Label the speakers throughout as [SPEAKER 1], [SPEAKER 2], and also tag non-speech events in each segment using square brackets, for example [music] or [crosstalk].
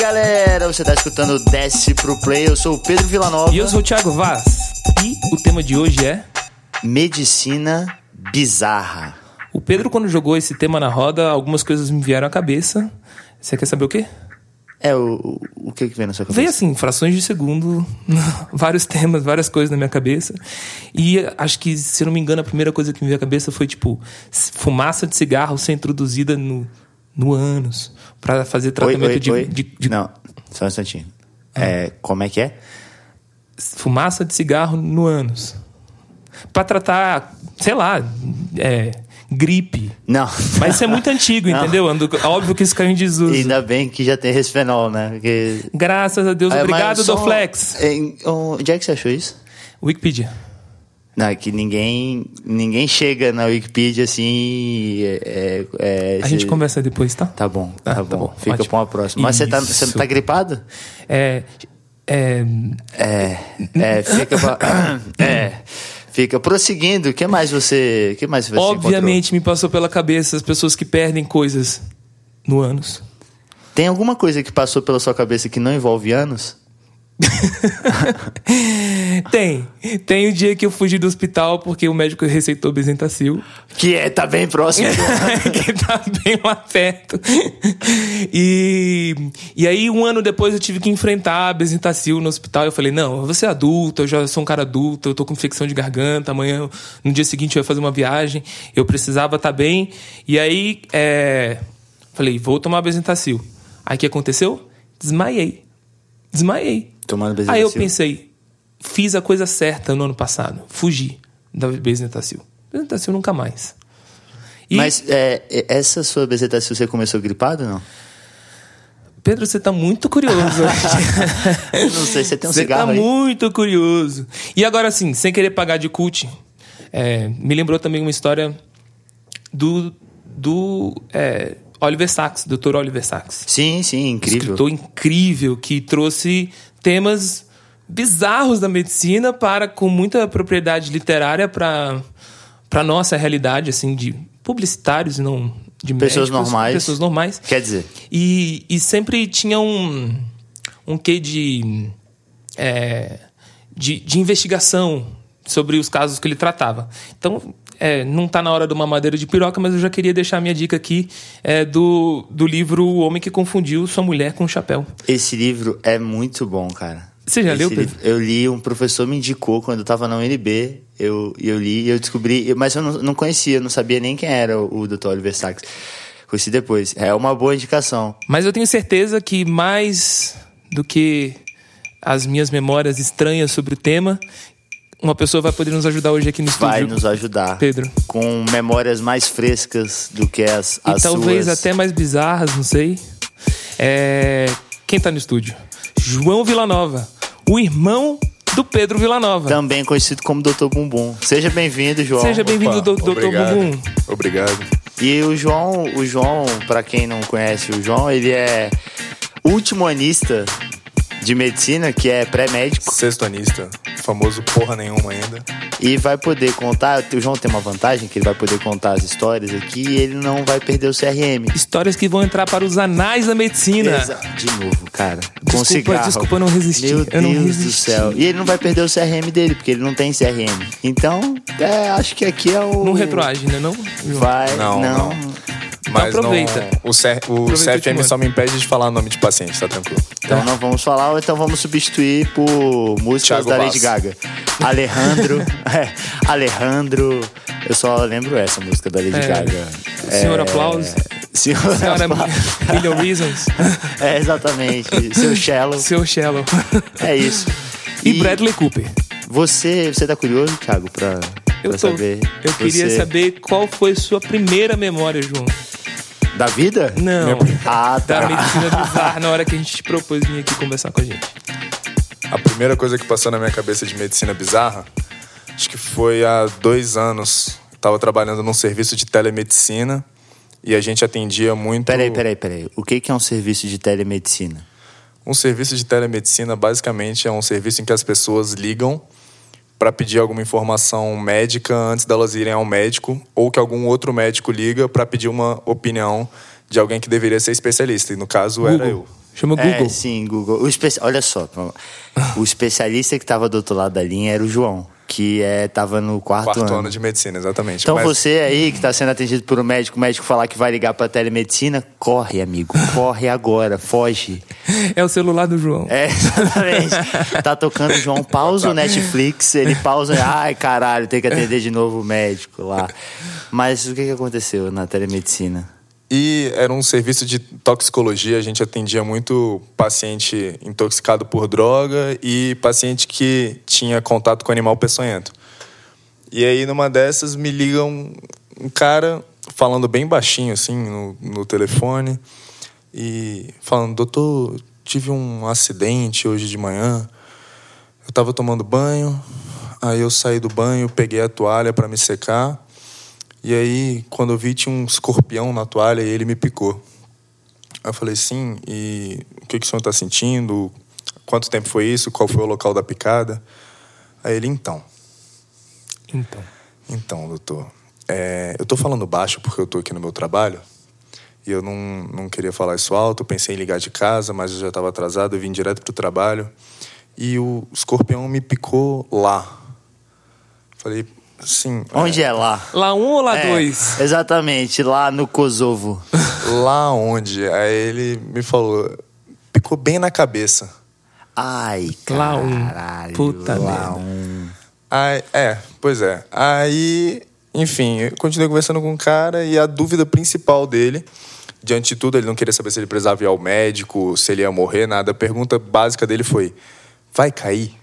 [SPEAKER 1] galera, você tá escutando Desce Pro Play, eu sou o Pedro Villanova.
[SPEAKER 2] E eu sou o Thiago Vaz. E o tema de hoje é.
[SPEAKER 1] Medicina Bizarra.
[SPEAKER 2] O Pedro, quando jogou esse tema na roda, algumas coisas me vieram à cabeça. Você quer saber o quê?
[SPEAKER 1] É, o, o que que vem na sua cabeça?
[SPEAKER 2] Veio assim, frações de segundo, [laughs] vários temas, várias coisas na minha cabeça. E acho que, se eu não me engano, a primeira coisa que me veio à cabeça foi, tipo, fumaça de cigarro ser introduzida no, no ânus para fazer tratamento
[SPEAKER 1] oi,
[SPEAKER 2] de,
[SPEAKER 1] oi.
[SPEAKER 2] de- de
[SPEAKER 1] Não, só um instantinho. É, como é que é?
[SPEAKER 2] fumaça de cigarro no ânus. Pra tratar, sei lá, é, gripe.
[SPEAKER 1] Não.
[SPEAKER 2] Mas isso é muito
[SPEAKER 1] [laughs]
[SPEAKER 2] antigo,
[SPEAKER 1] Não.
[SPEAKER 2] entendeu? Ando- Óbvio que isso caiu em desuso.
[SPEAKER 1] Ainda bem que já tem resfenol, né? Porque...
[SPEAKER 2] Graças a Deus,
[SPEAKER 1] Ah, mas
[SPEAKER 2] obrigado,
[SPEAKER 1] só-
[SPEAKER 2] Doflex.
[SPEAKER 1] Em- Onde é que você achou isso?
[SPEAKER 2] Wikipedia.
[SPEAKER 1] Não, é que ninguém, ninguém chega na Wikipedia assim. É, é,
[SPEAKER 2] A gente
[SPEAKER 1] se-
[SPEAKER 2] conversa depois, tá?
[SPEAKER 1] Tá bom, tá,
[SPEAKER 2] Ah, tá
[SPEAKER 1] bom.
[SPEAKER 2] bom,
[SPEAKER 1] Fica
[SPEAKER 2] ótimo.
[SPEAKER 1] pra uma próxima. Mas você tá, você não
[SPEAKER 2] Isso.
[SPEAKER 1] tá gripado?
[SPEAKER 2] É, é,
[SPEAKER 1] É. É, fica pra. [coughs] é. Fica prosseguindo. O que mais você. O que mais você
[SPEAKER 2] obviamente me passou pela cabeça as pessoas que perdem coisas no ânus.
[SPEAKER 1] encontrou? Tem alguma coisa que passou pela sua cabeça que não envolve anos?
[SPEAKER 2] Tem. Tem o dia que eu fugi do hospital porque o médico receitou Bezentacil.
[SPEAKER 1] Que é, tá bem próximo.
[SPEAKER 2] [laughs] que tá bem lá perto. E, e aí, um ano depois, eu tive que enfrentar a Bezentacil no hospital. Eu falei, não, você é adulto, eu já sou um cara adulto, eu tô com infecção de garganta, amanhã, no dia seguinte, eu ia fazer uma viagem, eu precisava estar bem. E aí, é, falei, vou tomar Bezentacil. Aí, o que aconteceu? Desmaiei. Desmaiei.
[SPEAKER 1] [laughs] Tomando
[SPEAKER 2] Aí Ah, eu
[SPEAKER 1] Bezentacil.
[SPEAKER 2] pensei, fiz a coisa certa no ano passado, fugi da Bezentacil. Bezentacil nunca mais. E-
[SPEAKER 1] Mas é, é, essa sua bezetação você começou gripado ou não?
[SPEAKER 2] Pedro, você tá muito curioso.
[SPEAKER 1] Eu [laughs] não sei, você tem um
[SPEAKER 2] você
[SPEAKER 1] cigarro
[SPEAKER 2] tá
[SPEAKER 1] aí?
[SPEAKER 2] muito curioso. E agora sim, sem querer pagar de cult, é, me lembrou também uma história do, do é, Oliver Sacks, Dr. Oliver Sacks.
[SPEAKER 1] Sim, sim, incrível.
[SPEAKER 2] Escritor incrível que trouxe temas bizarros da medicina para com muita propriedade literária para para nossa realidade assim de publicitários, não de
[SPEAKER 1] Pessoas
[SPEAKER 2] médicos,
[SPEAKER 1] normais. é
[SPEAKER 2] pessoas normais.
[SPEAKER 1] Quer dizer,
[SPEAKER 2] E, e sempre tinha um, um quê de, é, de, de investigação sobre os casos que ele tratava. Então, é, não está na hora de uma madeira de piroca, mas eu já queria deixar a minha dica aqui é, do, do livro O Homem que Confundiu Sua Mulher com o Chapéu.
[SPEAKER 1] esse livro é muito bom, cara.
[SPEAKER 2] Você já
[SPEAKER 1] Esse
[SPEAKER 2] leu, Pedro?
[SPEAKER 1] livro- Eu li, um professor me indicou quando eu tava na UNB. Eu, eu li e eu descobri, eu- mas eu não, não conhecia, eu não sabia nem quem era o, o Dr. Oliver Sacks. Conheci depois. É uma boa indicação.
[SPEAKER 2] Mas eu tenho certeza que mais do que as minhas memórias estranhas sobre o tema, uma pessoa vai poder nos ajudar hoje aqui no estúdio.
[SPEAKER 1] Vai nos ajudar.
[SPEAKER 2] Pedro.
[SPEAKER 1] Com memórias mais frescas do que as,
[SPEAKER 2] E
[SPEAKER 1] as
[SPEAKER 2] talvez
[SPEAKER 1] suas.
[SPEAKER 2] até mais bizarras, não sei. É, Quem tá no estúdio? João Villanova, o irmão do Pedro Villanova.
[SPEAKER 1] Também conhecido como Dr. Bumbum. Seja bem-vindo, João.
[SPEAKER 2] Seja bem-vindo,
[SPEAKER 3] Opa,
[SPEAKER 2] do- um. Dr.
[SPEAKER 3] obrigado.
[SPEAKER 2] Bumbum.
[SPEAKER 3] Obrigado.
[SPEAKER 1] E o João, o João, para quem não conhece o João, ele é último anista de medicina, que é pré-médico,
[SPEAKER 3] Sexto anista, famoso porra nenhuma ainda.
[SPEAKER 1] e vai poder contar. O João tem uma vantagem que ele vai poder contar as histórias aqui e ele não vai perder o CRM.
[SPEAKER 2] Histórias que vão entrar para os anais da medicina.
[SPEAKER 1] Exa- De novo, cara. com
[SPEAKER 2] né? Desculpa,
[SPEAKER 1] cigarro.
[SPEAKER 2] desculpa, eu não resisti.
[SPEAKER 1] Meu
[SPEAKER 2] Eu não
[SPEAKER 1] Deus do
[SPEAKER 2] resisti.
[SPEAKER 1] céu. E ele não vai perder o CRM dele, porque ele não tem CRM. Então, é, acho que aqui é o.
[SPEAKER 2] Não retroage, né? Não, João?
[SPEAKER 1] Vai.
[SPEAKER 3] Não,
[SPEAKER 1] não. Então
[SPEAKER 3] não. Mas
[SPEAKER 2] aproveita.
[SPEAKER 3] não- o, C, o
[SPEAKER 2] Aproveita e te
[SPEAKER 3] CFM
[SPEAKER 2] manda.
[SPEAKER 3] só me impede de falar o nome de paciente, tá tranquilo.
[SPEAKER 1] Então não vamos falar, ou então vamos substituir por músicas
[SPEAKER 3] Thiago
[SPEAKER 1] da
[SPEAKER 3] Vaz.
[SPEAKER 1] Lady Gaga.
[SPEAKER 2] [laughs]
[SPEAKER 1] Alejandro. é, Alejandro. Eu só lembro essa música da Lady
[SPEAKER 2] É.
[SPEAKER 1] Gaga. É,
[SPEAKER 2] Senhor Aplauso.
[SPEAKER 1] Senhor [laughs]
[SPEAKER 2] Senhora
[SPEAKER 1] Aplauso.
[SPEAKER 2] né? Million Reasons,
[SPEAKER 1] [laughs] É, exatamente. Seu Shallow.
[SPEAKER 2] seu Shallow.
[SPEAKER 1] [laughs] É isso.
[SPEAKER 2] E, Bradley Cooper.
[SPEAKER 1] Você, você tá curioso, Thiago, pra,
[SPEAKER 2] Eu
[SPEAKER 1] pra
[SPEAKER 2] tô.
[SPEAKER 1] saber?
[SPEAKER 2] Eu queria
[SPEAKER 1] Você-
[SPEAKER 2] saber qual foi sua primeira memória, João.
[SPEAKER 1] Da vida?
[SPEAKER 2] Não.
[SPEAKER 1] Ah, tá.
[SPEAKER 2] Da
[SPEAKER 1] [laughs]
[SPEAKER 2] medicina bizarra na hora que a gente te propôs vir aqui conversar com a gente.
[SPEAKER 3] A primeira coisa que passou na minha cabeça de medicina bizarra, acho que foi há dois anos. Tava trabalhando num serviço de telemedicina e a gente atendia muito.
[SPEAKER 1] Peraí, peraí, peraí. O que que é um serviço de telemedicina?
[SPEAKER 3] Um serviço de telemedicina basicamente é um serviço em que as pessoas ligam para pedir alguma informação médica antes delas irem ao médico ou que algum outro médico liga para pedir uma opinião de alguém que deveria ser especialista. E no caso era eu.
[SPEAKER 2] Chama
[SPEAKER 1] É,
[SPEAKER 2] Google.
[SPEAKER 1] sim, Google. O espe- Olha só, vamos lá. o especialista que estava do outro lado da linha era o João, que é, tava no quarto,
[SPEAKER 3] Quarto
[SPEAKER 1] ano.
[SPEAKER 3] ano de medicina, exatamente.
[SPEAKER 1] Então
[SPEAKER 3] Mas-
[SPEAKER 1] você aí que está sendo atendido por um médico, o médico falar que vai ligar para telemedicina, corre, amigo, corre agora, foge.
[SPEAKER 2] [laughs] É o celular do João.
[SPEAKER 1] É, exatamente. tá tocando o João, pausa o Netflix, ele pausa, ai caralho, tem que atender de novo o médico lá. Mas o que, que aconteceu na telemedicina?
[SPEAKER 3] E era um serviço de toxicologia, a gente atendia muito paciente intoxicado por droga e paciente que tinha contato com animal peçonhento. E aí, numa dessas, me liga um, um cara falando bem baixinho, assim, no, no telefone, e falando: Doutor, tive um acidente hoje de manhã, eu tava tomando banho, aí eu saí do banho, peguei a toalha para me secar. E aí, quando eu vi, tinha um escorpião na toalha e ele me picou. Aí eu falei, sim, e o que, que o senhor está sentindo? Quanto tempo foi isso? Qual foi o local da picada? Aí ele, então,
[SPEAKER 2] Então.
[SPEAKER 3] então, doutor, é, eu tô falando baixo porque eu tô aqui no meu trabalho e eu não, não queria falar isso alto. Eu pensei em ligar de casa, mas eu já estava atrasado, eu vim direto pro trabalho. E o escorpião me picou lá. Falei, sim.
[SPEAKER 1] Onde é lá?
[SPEAKER 2] Lá um ou lá
[SPEAKER 1] É,
[SPEAKER 2] dois?
[SPEAKER 1] Exatamente, lá no Kosovo.
[SPEAKER 3] Lá onde? Aí ele me falou, picou bem na cabeça.
[SPEAKER 1] Ai,
[SPEAKER 2] Lá um.
[SPEAKER 1] caralho.
[SPEAKER 2] Puta
[SPEAKER 1] lá
[SPEAKER 2] merda.
[SPEAKER 1] um.
[SPEAKER 3] Aí, é, pois é. Aí, enfim, eu continuei conversando com o cara e a dúvida principal dele, diante de tudo, ele não queria saber se ele precisava ir ao médico, se ele ia morrer, nada. A pergunta básica dele foi: vai cair?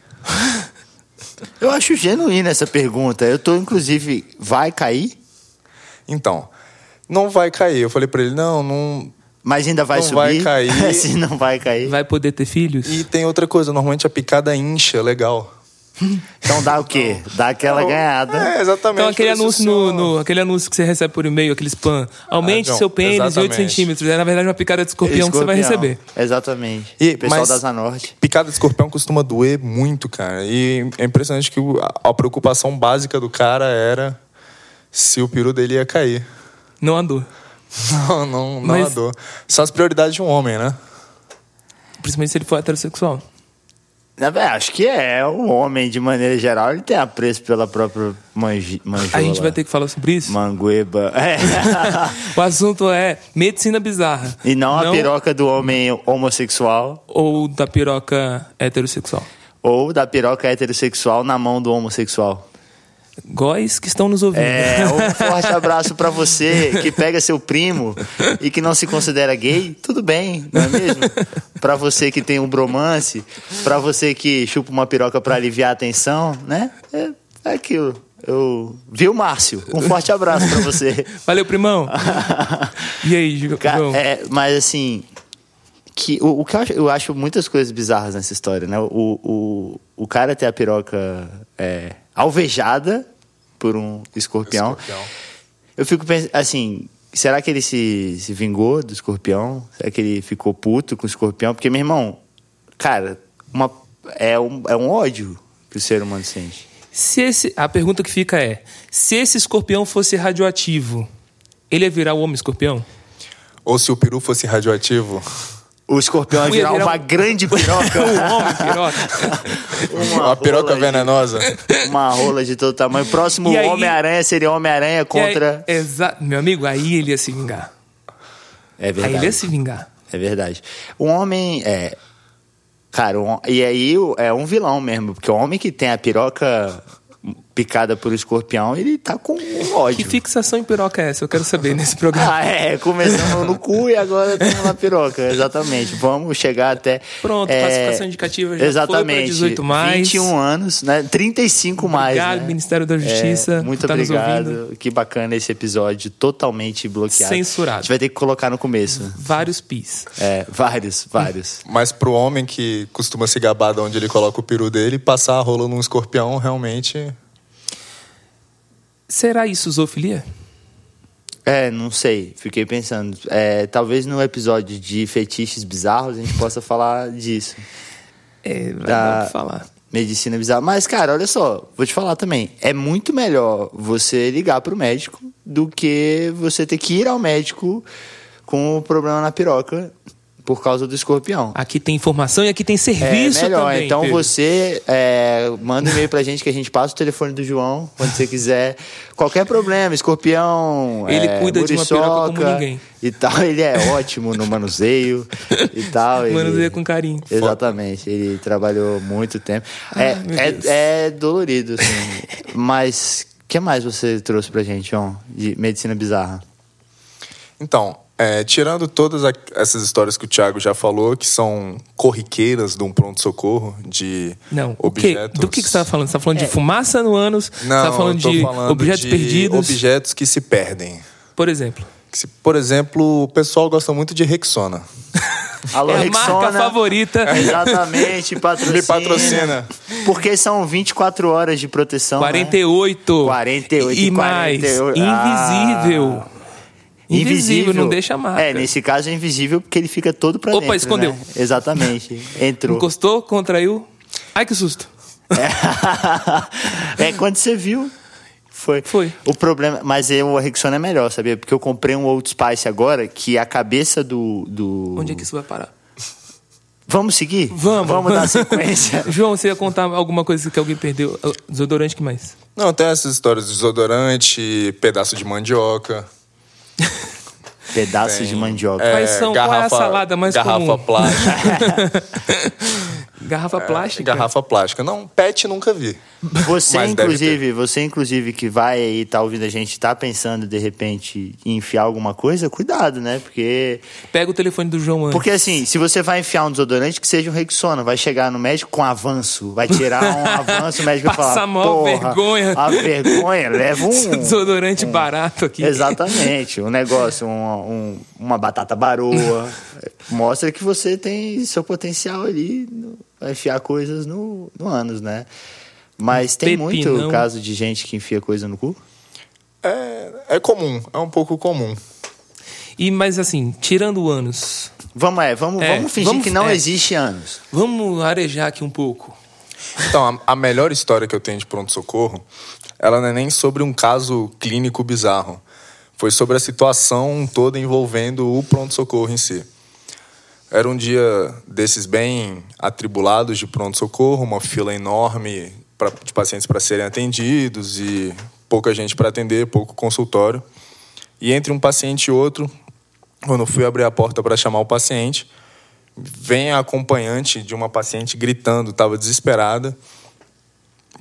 [SPEAKER 1] Eu acho genuína essa pergunta. Eu tô, inclusive, vai cair,
[SPEAKER 3] Então, não vai cair. Eu falei pra ele: não, não.
[SPEAKER 1] mas ainda vai
[SPEAKER 3] Não vai
[SPEAKER 1] subir.
[SPEAKER 3] cair.
[SPEAKER 1] [laughs] Se não vai cair.
[SPEAKER 2] Vai poder ter filhos?
[SPEAKER 3] E tem outra coisa: normalmente a picada incha, é legal.
[SPEAKER 1] Então dá o quê? Dá aquela
[SPEAKER 3] Então,
[SPEAKER 1] ganhada.
[SPEAKER 3] É, exatamente.
[SPEAKER 2] Então aquele
[SPEAKER 3] Falei,
[SPEAKER 2] anúncio,
[SPEAKER 3] "Isso,
[SPEAKER 2] no,
[SPEAKER 3] senhor."
[SPEAKER 2] no- aquele anúncio que você recebe por e-mail, aquele spam. Aumente
[SPEAKER 3] Ah, John,
[SPEAKER 2] seu pênis de 8
[SPEAKER 3] exatamente.
[SPEAKER 2] centímetros. É na verdade uma picada de escorpião, que você vai receber.
[SPEAKER 1] Exatamente.
[SPEAKER 3] E-
[SPEAKER 1] Pessoal
[SPEAKER 3] mas-
[SPEAKER 1] da Zanorte.
[SPEAKER 3] Picada de escorpião costuma doer muito, cara. E é impressionante que o- a, a preocupação básica do cara era se o peru dele ia cair. [laughs]
[SPEAKER 2] Não a dor.
[SPEAKER 3] Não, não, não
[SPEAKER 2] Mas-
[SPEAKER 3] a dor. São as prioridades de um homem, né?
[SPEAKER 2] Principalmente se ele for heterossexual.
[SPEAKER 1] Na verdade, Acho que é. O homem, de maneira geral, ele tem apreço pela própria manji, manjola.
[SPEAKER 2] A gente vai ter que falar sobre isso.
[SPEAKER 1] Mangueba. [laughs] É.
[SPEAKER 2] O assunto é medicina bizarra.
[SPEAKER 1] e não, a piroca do homem homossexual
[SPEAKER 2] Ou da piroca heterossexual.
[SPEAKER 1] ou da piroca heterossexual na mão do homossexual.
[SPEAKER 2] Góis que estão nos ouvindo.
[SPEAKER 1] É, um forte abraço pra você que pega seu primo e que não se considera gay, tudo bem, não é mesmo? Pra você que tem um bromance, pra você que chupa uma piroca pra aliviar a tensão, né? É, é aquilo. Eu vi o Márcio. Um forte abraço pra você.
[SPEAKER 2] [laughs] Valeu, primão. e aí, Ju-
[SPEAKER 1] Ca-
[SPEAKER 2] João?
[SPEAKER 1] é, mas assim, que, o, o que eu acho, eu acho muitas coisas bizarras nessa história, né? O, o, o cara ter a piroca é, alvejada por um escorpião. Eu fico pensando, assim, será que ele se, se vingou do escorpião? Será que ele ficou puto com o escorpião? Porque, meu irmão, cara, uma, é, um, é um ódio que o ser humano sente.
[SPEAKER 2] Se esse, a pergunta que fica é: se esse escorpião fosse radioativo, ele ia virar o homem escorpião?
[SPEAKER 3] Ou se o peru fosse radioativo.
[SPEAKER 1] O escorpião vai
[SPEAKER 2] Ia
[SPEAKER 1] virar,
[SPEAKER 2] virar
[SPEAKER 1] uma
[SPEAKER 2] [laughs] um-
[SPEAKER 1] grande piroca.
[SPEAKER 2] o homem piroca.
[SPEAKER 1] uma
[SPEAKER 3] a piroca
[SPEAKER 1] rola de- [laughs]
[SPEAKER 3] venenosa.
[SPEAKER 1] Uma rola de todo tamanho. Próximo
[SPEAKER 2] E aí-
[SPEAKER 1] Homem-Aranha seria Homem-Aranha contra.
[SPEAKER 2] [laughs] E aí- exa- Meu amigo, aí ele ia se vingar.
[SPEAKER 1] É
[SPEAKER 2] Aí ele
[SPEAKER 1] verdade.
[SPEAKER 2] ia se vingar.
[SPEAKER 1] É verdade. Um homem. É. Cara, um- e aí o- é um vilão mesmo, porque o homem que tem a piroca picada por escorpião, ele tá com um
[SPEAKER 2] Que
[SPEAKER 1] ódio.
[SPEAKER 2] fixação em piroca é essa? Eu quero saber nesse
[SPEAKER 1] [laughs]
[SPEAKER 2] programa.
[SPEAKER 1] Ah, é, começamos no cu e agora estamos na piroca, exatamente. Vamos chegar até.
[SPEAKER 2] Pronto,
[SPEAKER 1] é,
[SPEAKER 2] classificação indicativa já foi
[SPEAKER 1] Exatamente.
[SPEAKER 2] pra 18 mais.
[SPEAKER 1] 21 anos, né? 35 mais.
[SPEAKER 2] Obrigado,
[SPEAKER 1] né?
[SPEAKER 2] Ministério da
[SPEAKER 1] É,
[SPEAKER 2] Justiça,
[SPEAKER 1] muito
[SPEAKER 2] por tá nos
[SPEAKER 1] obrigado. Que bacana esse episódio totalmente bloqueado.
[SPEAKER 2] Censurado.
[SPEAKER 1] A gente vai ter que colocar no começo.
[SPEAKER 2] Vários pis.
[SPEAKER 1] É, vários, vários.
[SPEAKER 3] Mas pro homem que costuma se gabar de onde ele coloca o peru dele, passar a rola num escorpião realmente.
[SPEAKER 2] Será isso zoofilia?
[SPEAKER 1] É, não sei. Fiquei pensando. É, talvez no episódio de fetiches bizarros a gente possa [laughs] falar disso.
[SPEAKER 2] É, vai
[SPEAKER 1] Tá.
[SPEAKER 2] dar pra falar.
[SPEAKER 1] Medicina bizarra. Mas, cara, olha só, vou te falar também. É muito melhor você ligar pro médico do que você ter que ir ao médico com o problema na piroca por causa do escorpião.
[SPEAKER 2] Aqui tem informação e aqui tem serviço
[SPEAKER 1] é melhor.
[SPEAKER 2] também.
[SPEAKER 1] então
[SPEAKER 2] Pedro.
[SPEAKER 1] você é, manda um e-mail pra gente que a gente passa o telefone do João quando você quiser. Qualquer problema, escorpião.
[SPEAKER 2] Ele
[SPEAKER 1] é,
[SPEAKER 2] cuida de uma piroca como
[SPEAKER 1] muriçoca
[SPEAKER 2] ninguém.
[SPEAKER 1] E tal, ele é ótimo no manuseio e tal. ele-
[SPEAKER 2] Manuseia com carinho. Ah,
[SPEAKER 1] Exatamente, ele trabalhou muito tempo. É,
[SPEAKER 2] meu
[SPEAKER 1] é-
[SPEAKER 2] Deus.
[SPEAKER 1] é, dolorido, assim. Mas o que mais você trouxe pra gente, João, de medicina bizarra?
[SPEAKER 3] Então, é, tirando todas a- essas histórias que o Thiago já falou, que são corriqueiras de um pronto-socorro, de
[SPEAKER 2] Não, o quê?
[SPEAKER 3] objetos...
[SPEAKER 2] do que, que você tá falando? Você tá falando de fumaça no ânus?
[SPEAKER 3] Não,
[SPEAKER 2] você tá falando
[SPEAKER 3] eu tô
[SPEAKER 2] de
[SPEAKER 3] falando
[SPEAKER 2] objetos
[SPEAKER 3] de
[SPEAKER 2] perdidos?
[SPEAKER 3] Objetos que se perdem.
[SPEAKER 2] Por exemplo.
[SPEAKER 3] Que se- por exemplo, o pessoal gosta muito de Rexona.
[SPEAKER 1] Alô,
[SPEAKER 2] é a marca
[SPEAKER 1] Rexona.
[SPEAKER 2] favorita.
[SPEAKER 1] [laughs] Exatamente, patrocina.
[SPEAKER 3] Me patrocina.
[SPEAKER 1] Porque são 24 horas de proteção. né?
[SPEAKER 2] um. 48.
[SPEAKER 1] 48,
[SPEAKER 2] E mais.
[SPEAKER 1] 48.
[SPEAKER 2] Invisível. invisível. não deixa marca.
[SPEAKER 1] Ah, É, nesse caso é invisível porque ele fica todo pra
[SPEAKER 2] Opa,
[SPEAKER 1] dentro.
[SPEAKER 2] escondeu.
[SPEAKER 1] né?
[SPEAKER 2] [laughs]
[SPEAKER 1] Exatamente. Entrou.
[SPEAKER 2] Encostou, contraiu. Ai, que susto.
[SPEAKER 1] É. [laughs] é quando você viu. Foi.
[SPEAKER 2] Foi.
[SPEAKER 1] O problema. Mas eu, o Rexona é melhor, sabia? Porque eu comprei um Old Spice agora que é a cabeça do. do...
[SPEAKER 2] Onde é que isso vai parar?
[SPEAKER 1] Vamos seguir?
[SPEAKER 2] Vamos.
[SPEAKER 1] Vamos dar
[SPEAKER 2] [laughs]
[SPEAKER 1] sequência.
[SPEAKER 2] João, você ia contar alguma coisa que alguém perdeu? Ah, Desodorante, que mais?
[SPEAKER 3] Não, tem essas histórias de desodorante, pedaço de mandioca.
[SPEAKER 1] Pedaços de
[SPEAKER 3] tem,
[SPEAKER 1] mandioca.
[SPEAKER 2] Quais são- qual é a salada mais
[SPEAKER 3] garrafa
[SPEAKER 2] comum? [laughs]
[SPEAKER 3] plástica.
[SPEAKER 2] Garrafa
[SPEAKER 1] É,
[SPEAKER 2] plástica?
[SPEAKER 3] Garrafa plástica. Não, pet nunca vi.
[SPEAKER 1] Você,
[SPEAKER 3] Mas deve
[SPEAKER 1] inclusive, você, inclusive, que vai aí, tá ouvindo a gente, tá pensando, de repente, em enfiar alguma coisa, cuidado, né? Porque.
[SPEAKER 2] Pega o telefone do João antes.
[SPEAKER 1] Porque assim, se você vai enfiar um desodorante, que seja um Rexona, vai chegar no médico com avanço, vai tirar
[SPEAKER 2] [laughs]
[SPEAKER 1] um avanço, o médico vai
[SPEAKER 2] Passa
[SPEAKER 1] falar.
[SPEAKER 2] a maior
[SPEAKER 1] "Porra,
[SPEAKER 2] vergonha."
[SPEAKER 1] A vergonha leva
[SPEAKER 2] Esse
[SPEAKER 1] um.
[SPEAKER 2] [laughs] Desodorante barato aqui.
[SPEAKER 1] Exatamente, um negócio, um- um- uma batata baroa. mostra que você tem seu potencial ali, no- vai enfiar coisas no, no ânus, né? Mas tem muito
[SPEAKER 2] Pepinão.
[SPEAKER 1] caso de gente que enfia coisa no cu?
[SPEAKER 3] É, é comum, é um pouco comum.
[SPEAKER 2] E, mas assim, tirando o ânus,
[SPEAKER 1] Vamos, é, vamos,
[SPEAKER 2] É,
[SPEAKER 1] vamos fingir
[SPEAKER 2] vamos-
[SPEAKER 1] que não
[SPEAKER 2] é.
[SPEAKER 1] existe ânus.
[SPEAKER 2] vamos arejar aqui um pouco.
[SPEAKER 3] Então, a, a melhor história que eu tenho de pronto-socorro, ela não é nem sobre um caso clínico bizarro. Foi sobre a situação toda envolvendo o pronto-socorro em si. Era um dia desses bem atribulados de pronto-socorro, uma fila enorme pra, de pacientes para serem atendidos e pouca gente para atender, pouco consultório. E entre um paciente e outro, quando eu fui abrir a porta para chamar o paciente, vem a acompanhante de uma paciente gritando, estava desesperada,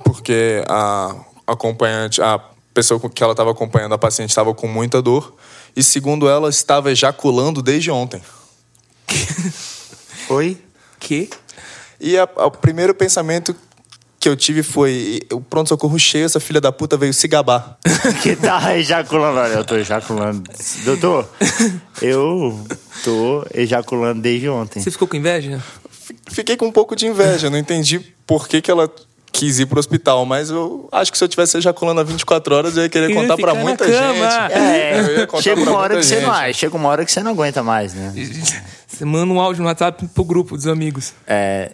[SPEAKER 3] porque a acompanhante, a pessoa com que ela estava acompanhando a paciente estava com muita dor e segundo ela estava ejaculando desde ontem.
[SPEAKER 1] Oi?
[SPEAKER 2] Que?
[SPEAKER 3] E a- a- o primeiro pensamento que eu tive foi o pronto socorro cheio, essa filha da puta veio se gabar.
[SPEAKER 1] Que tá ejaculando? Olha, eu tô ejaculando. Doutor, eu tô ejaculando desde ontem.
[SPEAKER 2] Você ficou com inveja? [laughs]
[SPEAKER 3] Fiquei com um pouco de inveja, não entendi por que que ela quis ir pro hospital, mas eu acho que se eu tivesse ejaculando há 24 horas eu ia querer
[SPEAKER 2] Eu ia
[SPEAKER 3] contar para
[SPEAKER 2] ficar na
[SPEAKER 3] muita
[SPEAKER 2] cama.
[SPEAKER 3] gente. Eu ia
[SPEAKER 1] É,
[SPEAKER 3] contar
[SPEAKER 1] chega
[SPEAKER 3] pra
[SPEAKER 1] uma hora
[SPEAKER 3] muita
[SPEAKER 1] que você não
[SPEAKER 3] gente.
[SPEAKER 1] acha, chega uma hora que você não aguenta mais, né?
[SPEAKER 2] Você manda um áudio no WhatsApp pro grupo dos amigos.
[SPEAKER 1] É,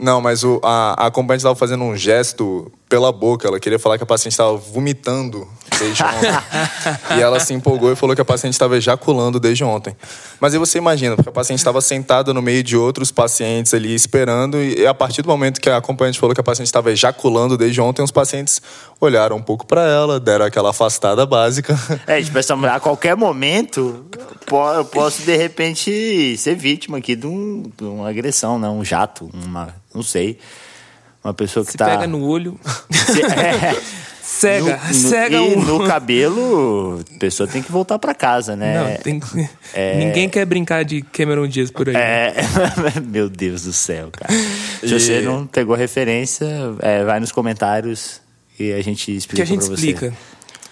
[SPEAKER 3] Não, mas o- a, a acompanhante estava fazendo um gesto pela boca. Ela queria falar que a paciente estava vomitando desde ontem. e ela se empolgou e falou que a paciente estava ejaculando desde ontem. Mas aí você imagina, porque a paciente estava sentada no meio de outros pacientes ali esperando. E a partir do momento que a acompanhante falou que a paciente estava ejaculando desde ontem, os pacientes olharam um pouco para ela, deram aquela afastada básica.
[SPEAKER 1] é tipo, essa mulher, a qualquer momento po- eu posso, de repente, ser vítima aqui de, um- de uma agressão, né? Um jato, uma. não sei. Uma pessoa que
[SPEAKER 2] Se
[SPEAKER 1] tá.
[SPEAKER 2] pega no olho.
[SPEAKER 1] [laughs]
[SPEAKER 2] [laughs]
[SPEAKER 1] Se- é.
[SPEAKER 2] Cega,
[SPEAKER 1] No- no-
[SPEAKER 2] cega
[SPEAKER 1] e
[SPEAKER 2] um.
[SPEAKER 1] no cabelo, a pessoa tem que voltar pra casa, né?
[SPEAKER 2] Não, tem que- Ninguém quer brincar de Cameron Dias por aí.
[SPEAKER 1] É, [laughs] meu Deus do céu, cara. Se você
[SPEAKER 3] E-
[SPEAKER 1] não pegou a referência, é, vai nos comentários e a gente explica
[SPEAKER 2] que a gente
[SPEAKER 1] pra
[SPEAKER 2] explica.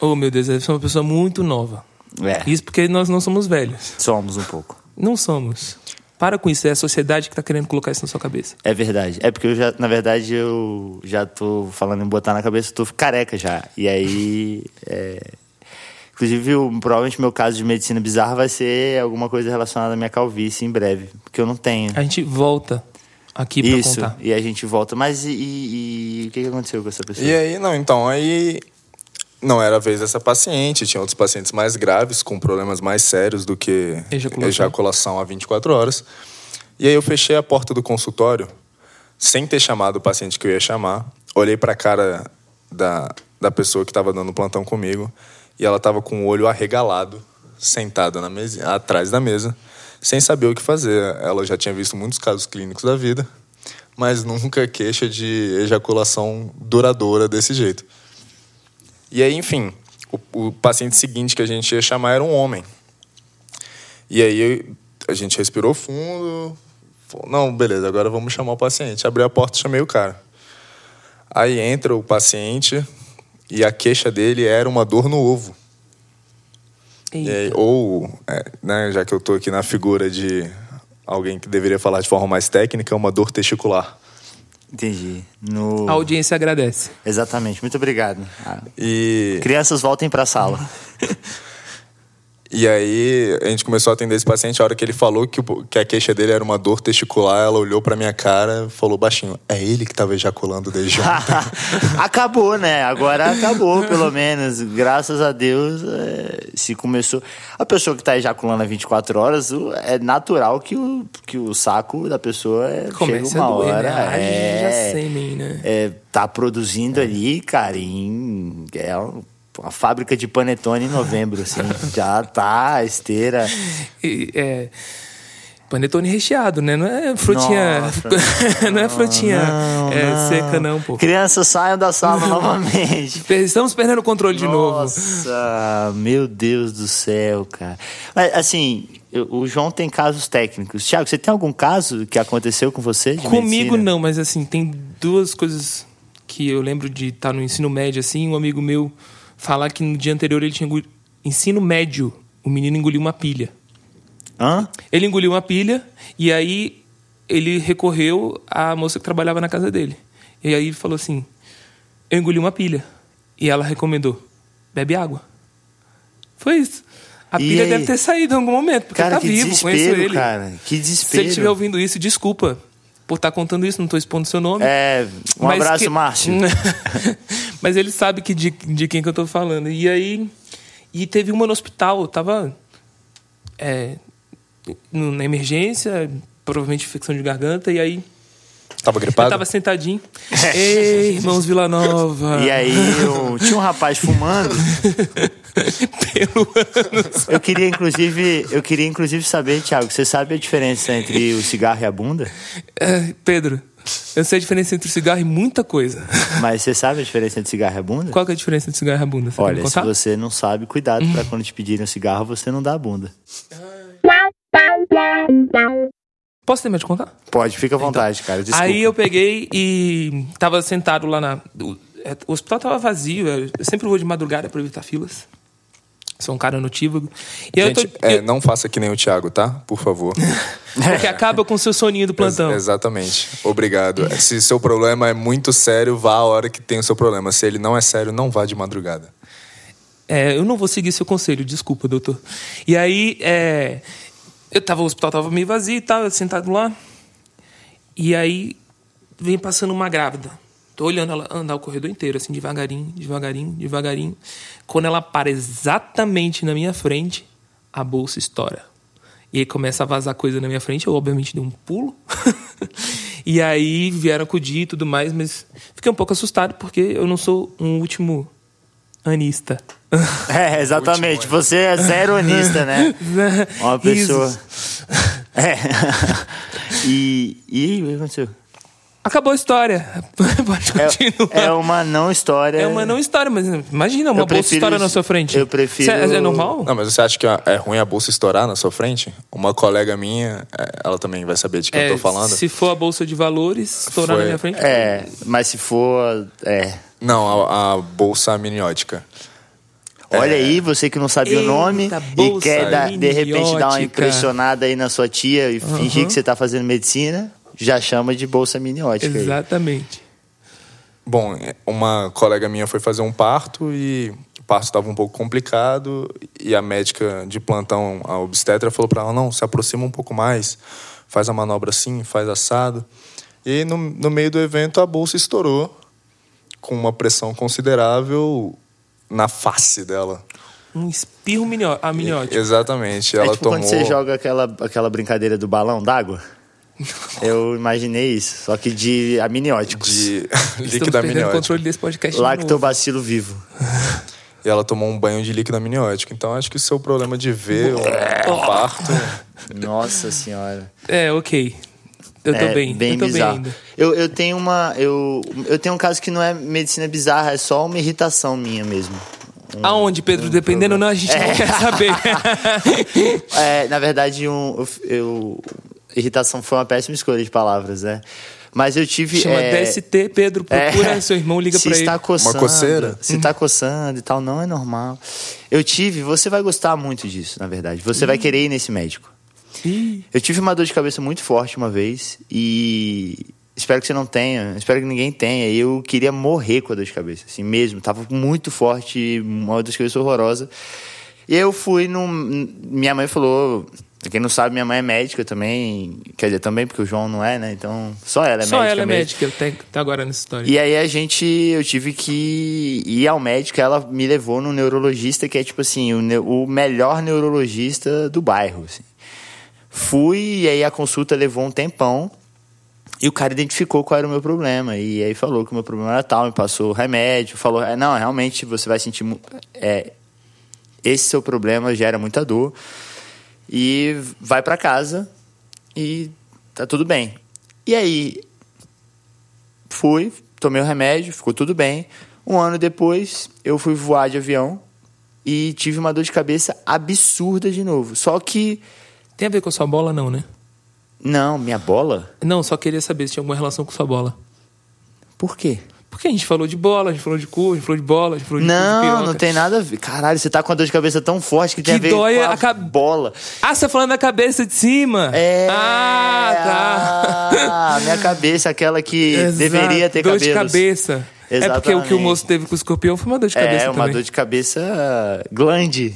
[SPEAKER 2] Oh, meu Deus, eu sou uma pessoa muito nova.
[SPEAKER 1] você. É,
[SPEAKER 2] Isso porque nós não somos velhos.
[SPEAKER 1] somos um pouco.
[SPEAKER 2] Não somos. Para com isso, é a sociedade que tá querendo colocar isso na sua cabeça.
[SPEAKER 1] É verdade. É porque eu já, na verdade, eu já tô falando em botar na cabeça, eu tô careca já. E aí. é, Inclusive, o- provavelmente meu caso de medicina bizarra vai ser alguma coisa relacionada à minha calvície em breve, porque eu não tenho.
[SPEAKER 2] A gente volta aqui pra
[SPEAKER 1] Isso,
[SPEAKER 2] contar.
[SPEAKER 1] e a gente volta. Mas e, e- e o que que aconteceu com essa pessoa?
[SPEAKER 3] E aí, não, então, aí Não era a vez dessa paciente, tinha outros pacientes mais graves, com problemas mais sérios do que
[SPEAKER 2] Ejaculação.
[SPEAKER 3] ejaculação a 24 horas. E aí eu fechei a porta do consultório, sem ter chamado o paciente que eu ia chamar. Olhei para a cara da, da pessoa que estava dando plantão comigo e ela estava com o olho arregalado, sentada na mesa, atrás da mesa, sem saber o que fazer. Ela já tinha visto muitos casos clínicos da vida, mas nunca queixa de ejaculação duradoura desse jeito. E aí, enfim, o, o paciente seguinte que a gente ia chamar era um homem. E aí eu- a gente respirou fundo. falou, Não, beleza, agora vamos chamar o paciente. Abri a porta e chamei o cara. Aí entra o paciente e a queixa dele era uma dor no ovo. E aí, ou, é, né, já que eu tô aqui na figura de alguém que deveria falar de forma mais técnica, uma dor testicular.
[SPEAKER 1] Entendi. No...
[SPEAKER 2] A audiência agradece.
[SPEAKER 1] Exatamente. Muito obrigado. Ah,
[SPEAKER 3] E
[SPEAKER 1] Crianças, voltem pra sala.
[SPEAKER 3] E aí a gente começou a atender esse paciente. A hora que ele falou que, o- que a queixa dele era uma dor testicular, ela olhou pra minha cara, falou baixinho: "É ele que tava
[SPEAKER 2] [laughs]
[SPEAKER 3] ejaculando desde ontem."
[SPEAKER 1] [laughs] acabou, né? Agora acabou, pelo menos. Graças a Deus, é, se começou. A pessoa que tá ejaculando há 24 horas, o- é natural que o, que o saco da pessoa é,
[SPEAKER 2] Começa
[SPEAKER 1] chega uma
[SPEAKER 2] a doer,
[SPEAKER 1] hora.
[SPEAKER 2] né? Haja
[SPEAKER 1] É,
[SPEAKER 2] sêmen, né? É.
[SPEAKER 1] é, tá produzindo ali, cara, em, é um- uma fábrica de panetone em novembro, assim. já tá, esteira.
[SPEAKER 2] E, é, panetone recheado, né? Não é frutinha.
[SPEAKER 1] Nossa,
[SPEAKER 2] [laughs] não é frutinha
[SPEAKER 1] não,
[SPEAKER 2] é,
[SPEAKER 1] não.
[SPEAKER 2] seca, não, pô.
[SPEAKER 1] Crianças, saiam da
[SPEAKER 2] [laughs]
[SPEAKER 1] sala novamente.
[SPEAKER 2] Estamos perdendo o controle de novo.
[SPEAKER 1] Nossa, meu Deus do céu, cara. Mas, assim, eu- o João tem casos técnicos. Tiago, você tem algum caso que aconteceu com você? de
[SPEAKER 2] Comigo
[SPEAKER 1] medicina?
[SPEAKER 2] não, mas assim, tem duas coisas que eu lembro de estar no ensino médio, assim, um amigo meu falar que no dia anterior ele tinha engolido. Ensino médio, o menino engoliu uma pilha.
[SPEAKER 1] Hã?
[SPEAKER 2] Ele engoliu uma pilha e aí ele recorreu à moça que trabalhava na casa dele. E aí ele falou assim: Eu engoli uma pilha. E ela recomendou: Bebe água. Foi isso. A
[SPEAKER 1] E
[SPEAKER 2] pilha
[SPEAKER 1] aí?
[SPEAKER 2] deve ter saído em algum momento, porque
[SPEAKER 1] Cara,
[SPEAKER 2] tá
[SPEAKER 1] que
[SPEAKER 2] vivo, conheço
[SPEAKER 1] desespero,
[SPEAKER 2] ele.
[SPEAKER 1] cara. Que
[SPEAKER 2] Se
[SPEAKER 1] desespero.
[SPEAKER 2] ele estiver ouvindo isso, desculpa por estar contando isso, não tô expondo seu nome.
[SPEAKER 1] É, um
[SPEAKER 2] Mas
[SPEAKER 1] abraço,
[SPEAKER 2] que-
[SPEAKER 1] Márcio.
[SPEAKER 2] [laughs] Mas ele sabe que de, de quem que eu tô falando. E aí. E teve uma no hospital, eu tava. é, no- na emergência, provavelmente infecção de garganta, e aí.
[SPEAKER 3] Tava
[SPEAKER 2] Eu
[SPEAKER 1] Tá
[SPEAKER 3] gripado?
[SPEAKER 2] tava
[SPEAKER 1] [laughs]
[SPEAKER 2] sentadinho. Ei, irmãos Vila Nova!
[SPEAKER 1] E aí, eu, tinha um rapaz fumando.
[SPEAKER 2] [laughs] Pelo ânus.
[SPEAKER 1] Eu queria, inclusive, eu queria, inclusive, saber, Tiago, você sabe a diferença entre o cigarro e a bunda?
[SPEAKER 2] É, Pedro, eu sei a diferença entre o cigarro e
[SPEAKER 1] [laughs]
[SPEAKER 2] muita coisa.
[SPEAKER 1] Mas você sabe a diferença entre cigarro e a bunda?
[SPEAKER 2] Qual que é a diferença entre cigarro e a bunda? Você quer me
[SPEAKER 1] Olha, se
[SPEAKER 2] contar?
[SPEAKER 1] você não sabe, cuidado pra quando te pedirem um cigarro, você não dá a bunda.
[SPEAKER 4] Wow, wow, wow, wow.
[SPEAKER 2] Posso terminar de contar?
[SPEAKER 1] Pode, fica à vontade, cara. Desculpa.
[SPEAKER 2] Então, Aí eu peguei e tava sentado lá na. O, é, o hospital tava vazio, é, eu eu sempre vou de madrugada pra evitar filas. Sou um cara notívago. E aí
[SPEAKER 3] Gente,
[SPEAKER 2] eu tô.
[SPEAKER 3] é, né?
[SPEAKER 2] eu-
[SPEAKER 3] não faça que nem o Thiago, tá? Por favor.
[SPEAKER 2] Porque é acaba com o seu
[SPEAKER 3] [laughs]
[SPEAKER 2] soninho do [laughs] plantão.
[SPEAKER 3] Ex- Exatamente. Obrigado. Se seu problema é muito sério, vá a hora que tem o seu problema. Se ele não é sério, não vá de madrugada.
[SPEAKER 2] É, eu não vou seguir seu conselho, desculpa, doutor. E aí, é, eu tava, o hospital tava meio vazio e tal, eu sentado lá. E aí, vem passando uma grávida. Tô olhando ela andar o corredor inteiro, assim, devagarinho, devagarinho, devagarinho. Quando ela para exatamente na minha frente, a bolsa estoura. E aí começa a vazar coisa na minha frente, eu obviamente dei um pulo. [laughs] e aí vieram acudir e tudo mais, mas fiquei um pouco assustado porque eu não sou um último anista.
[SPEAKER 1] [laughs] É, exatamente. Você é zeronista,
[SPEAKER 2] [laughs]
[SPEAKER 1] né? Uma pessoa. [laughs] É. [laughs] E, e o que aconteceu?
[SPEAKER 2] Acabou a história. [laughs] Pode continuar.
[SPEAKER 1] É, é uma não história.
[SPEAKER 2] É uma não história, mas imagina uma
[SPEAKER 1] Eu
[SPEAKER 2] bolsa
[SPEAKER 1] prefiro
[SPEAKER 2] história na
[SPEAKER 1] isso.
[SPEAKER 2] sua frente.
[SPEAKER 1] Eu prefiro-
[SPEAKER 2] Cê- é normal?
[SPEAKER 3] Não, mas você acha que é ruim a bolsa estourar na sua frente? Uma colega minha, é, ela também vai saber de quem
[SPEAKER 2] É,
[SPEAKER 3] eu tô falando.
[SPEAKER 2] Se for a bolsa de valores estourar
[SPEAKER 3] Foi.
[SPEAKER 2] na minha frente.
[SPEAKER 1] É, mas se for. É.
[SPEAKER 3] Não, a, a bolsa amniótica.
[SPEAKER 1] Olha aí, você que não sabia o
[SPEAKER 2] É. Eita,
[SPEAKER 1] nome e
[SPEAKER 2] bolsa
[SPEAKER 1] quer dar- de repente dar uma
[SPEAKER 2] amniótica.
[SPEAKER 1] impressionada aí na sua tia e fingir que você tá fazendo medicina, já chama de bolsa miniótica. aí.
[SPEAKER 2] Exatamente.
[SPEAKER 3] Bom, é, uma colega minha foi fazer um parto e o parto estava um pouco complicado e a médica de plantão, a obstetra, falou para ela, não, se aproxima um pouco mais, faz a manobra assim, faz assado. E no, no meio do evento a bolsa estourou com uma pressão considerável, na face dela.
[SPEAKER 2] Um espirro minho- amniótico.
[SPEAKER 3] Exatamente.
[SPEAKER 1] é
[SPEAKER 3] Ela
[SPEAKER 1] tipo
[SPEAKER 3] tomou.
[SPEAKER 1] quando você joga aquela, aquela brincadeira do balão d'água. Eu imaginei isso, só que de amnióticos.
[SPEAKER 3] [laughs] de
[SPEAKER 2] Estamos
[SPEAKER 3] líquido
[SPEAKER 2] perdendo o
[SPEAKER 3] amniótico.
[SPEAKER 2] controle desse podcast de novo.
[SPEAKER 1] Lactobacilo vivo.
[SPEAKER 3] E ela tomou um banho de líquido amniótico. Então acho que o seu problema de ver um parto.
[SPEAKER 1] Nossa senhora.
[SPEAKER 2] É, ok. Eu tô
[SPEAKER 1] é,
[SPEAKER 2] bem. eu tô
[SPEAKER 1] bizarro.
[SPEAKER 2] bem ainda.
[SPEAKER 1] eu, eu tenho uma. Eu, eu tenho um caso que não é medicina bizarra, é só uma irritação minha mesmo.
[SPEAKER 2] Aonde,
[SPEAKER 3] Hum,
[SPEAKER 2] Pedro? Dependendo ou não, a gente não quer saber.
[SPEAKER 1] [laughs] É, na verdade, um, eu, eu- irritação foi uma péssima escolha de palavras, né? Mas eu tive.
[SPEAKER 2] Chama
[SPEAKER 1] é,
[SPEAKER 2] DST, Pedro, procura seu irmão, liga
[SPEAKER 1] se
[SPEAKER 2] pra
[SPEAKER 1] está
[SPEAKER 2] ele. Uhum.
[SPEAKER 1] Coçando,
[SPEAKER 3] coceira?
[SPEAKER 1] Se está coçando e tal, não é normal. Eu tive, você vai gostar muito disso, na verdade. Você
[SPEAKER 2] Uhum.
[SPEAKER 1] vai querer ir nesse médico.
[SPEAKER 2] Ih,
[SPEAKER 1] Eu tive uma dor de cabeça muito forte uma vez e espero que você não tenha, espero que ninguém tenha. E Eu queria morrer com a dor de cabeça, assim mesmo. Tava muito forte, uma dor de cabeça horrorosa. E eu fui num. Minha mãe falou. pra Quem não sabe, minha mãe é médica também. Quer dizer, também, porque o João não é, né? Então, só ela é médica.
[SPEAKER 2] Só ela é
[SPEAKER 1] mesmo.
[SPEAKER 2] médica, eu tenho, tá agora nessa história.
[SPEAKER 1] E aí a gente, eu tive que ir ao médico, ela me levou no neurologista, que é tipo assim, o, neu- o melhor neurologista do bairro. assim. Fui, e aí a consulta levou um tempão, e o cara identificou qual era o meu problema. E aí falou que o meu problema era tal, me passou remédio, falou, "É, não, realmente você vai sentir. mu- é, esse seu problema gera muita dor. E vai pra casa e tá tudo bem. E aí, fui, tomei o remédio, ficou tudo bem. Um ano depois, eu fui voar de avião e tive uma dor de cabeça absurda de novo. Só que,
[SPEAKER 2] Tem a ver com a sua bola, não, né?
[SPEAKER 1] não, minha bola?
[SPEAKER 2] Não, só queria saber se tinha alguma relação com sua bola.
[SPEAKER 1] Por quê?
[SPEAKER 2] Porque a gente falou de bola, a gente falou de cu, a gente falou de bola, a gente falou de cu, de
[SPEAKER 1] Não,
[SPEAKER 2] piroca.
[SPEAKER 1] não tem nada a ver. Caralho, você tá com uma dor de cabeça tão forte que tem
[SPEAKER 2] Que
[SPEAKER 1] a ver
[SPEAKER 2] dói
[SPEAKER 1] com a,
[SPEAKER 2] a cabe-
[SPEAKER 1] bola.
[SPEAKER 2] Ah, você tá falando da cabeça de cima?
[SPEAKER 1] É.
[SPEAKER 2] Ah,
[SPEAKER 1] [laughs]
[SPEAKER 2] tá.
[SPEAKER 1] Ah, minha cabeça, aquela que
[SPEAKER 2] Exato.
[SPEAKER 1] deveria ter
[SPEAKER 2] dor
[SPEAKER 1] cabelos.
[SPEAKER 2] de cabeça. É porque o que o
[SPEAKER 1] Exatamente.
[SPEAKER 2] moço teve com o escorpião foi uma dor de cabeça
[SPEAKER 1] É, uma
[SPEAKER 2] também.
[SPEAKER 1] dor de cabeça glande.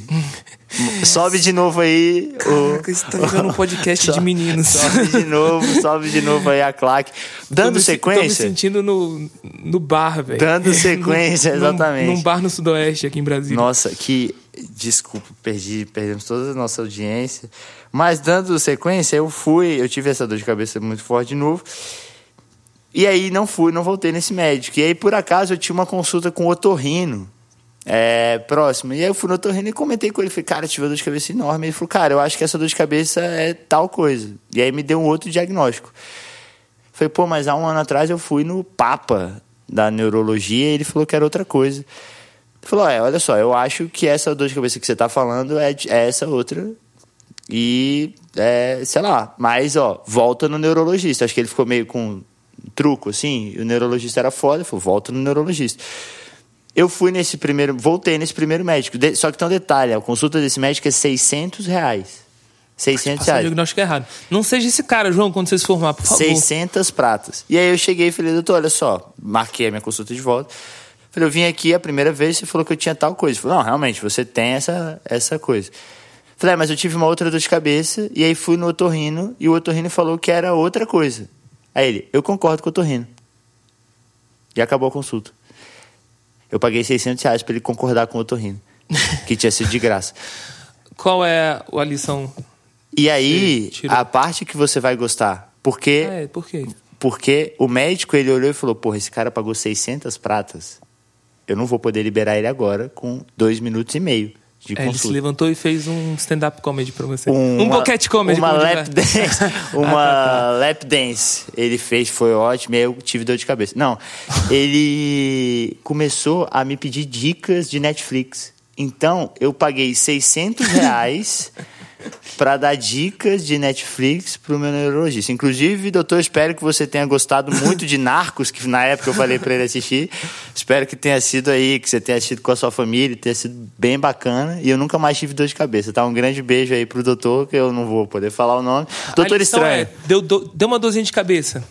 [SPEAKER 2] [laughs]
[SPEAKER 1] Sobe de novo aí o,
[SPEAKER 2] Caraca, isso tá virando
[SPEAKER 1] [laughs]
[SPEAKER 2] um podcast
[SPEAKER 1] Sobe-
[SPEAKER 2] de meninos. [laughs]
[SPEAKER 1] Sobe de novo, sobe de novo aí a claque.
[SPEAKER 2] Tô
[SPEAKER 1] Dando
[SPEAKER 2] me- Tô me
[SPEAKER 1] sequência.
[SPEAKER 2] sentindo no, no bar, velho. [laughs]
[SPEAKER 1] Dando sequência,
[SPEAKER 2] Num-
[SPEAKER 1] exatamente.
[SPEAKER 2] Num, bar no Sudoeste aqui em Brasília.
[SPEAKER 1] Nossa, que. Desculpa, perdi, perdemos toda a nossa audiência. Mas dando sequência, eu fui, eu tive essa dor de cabeça muito forte de novo. E aí não fui, não voltei nesse médico. E aí, por acaso, eu tinha uma consulta com o otorrino. É, próximo. E aí eu fui no otorrino e comentei com ele. Falei, cara, eu tive uma dor de cabeça enorme. Ele falou, cara, eu acho que essa dor de cabeça é tal coisa. E aí me deu um outro diagnóstico. Falei, pô, mas há um ano atrás eu fui no Papa da Neurologia e ele falou que era outra coisa. Ele falou, é, olha só, eu acho que essa dor de cabeça que você tá falando é, de- é essa outra. E, é, sei lá, mas, ó, volta no neurologista. Acho que ele ficou meio com um truco, assim. e O neurologista era foda, ele falou, volta no neurologista. Eu fui nesse primeiro, voltei nesse primeiro médico. De- só que tem um detalhe, a consulta desse médico é 600 reais. 600
[SPEAKER 2] Passou o
[SPEAKER 1] reais.
[SPEAKER 2] diagnóstico errado. Não seja esse cara, João, quando você se formar, por favor.
[SPEAKER 1] 600 pratas. E aí eu cheguei e falei, doutor, olha só, marquei a minha consulta de volta. Falei, eu vim aqui a primeira vez, você falou que eu tinha tal coisa. Falei, não, realmente, você tem essa, essa coisa. Falei, "É, mas eu tive uma outra dor de cabeça, e aí fui no otorrino, e o otorrino falou que era outra coisa. Aí ele, eu concordo com o otorrino. E acabou a consulta. Eu paguei 600 reais pra ele concordar com o otorrino, que tinha sido de graça.
[SPEAKER 2] Qual é a lição?
[SPEAKER 1] E aí,
[SPEAKER 2] Tirou.
[SPEAKER 1] a parte que você vai gostar, porque...
[SPEAKER 2] É, por quê?
[SPEAKER 1] Porque o médico, ele olhou e falou, porra, esse cara pagou 600 pratas. Eu não vou poder liberar ele agora com dois minutos e meio de
[SPEAKER 2] É, ele se
[SPEAKER 1] consulta.
[SPEAKER 2] levantou e fez um stand-up comedy pra você. Um, boquete comedy.
[SPEAKER 1] Uma
[SPEAKER 2] como
[SPEAKER 1] lap
[SPEAKER 2] diz, né?
[SPEAKER 1] dance.
[SPEAKER 2] [laughs]
[SPEAKER 1] Uma lap dance. Ele fez, foi ótimo, e aí eu tive dor de cabeça. Não, ele começou a me pedir dicas de Netflix. Então, eu paguei 600
[SPEAKER 2] [laughs]
[SPEAKER 1] reais para dar dicas de Netflix pro meu neurologista. Inclusive, doutor, espero que você tenha
[SPEAKER 2] [laughs]
[SPEAKER 1] gostado muito de Narcos, que na época eu falei para ele assistir. Espero que tenha sido aí, que você tenha assistido com a sua família, tenha sido bem bacana. E eu nunca mais tive dor de cabeça, tá? Um grande beijo aí pro doutor, que eu não vou poder falar o nome.
[SPEAKER 2] A
[SPEAKER 1] Doutor
[SPEAKER 2] lição
[SPEAKER 1] Estranho.
[SPEAKER 2] é, deu, do- deu uma dorzinha de cabeça.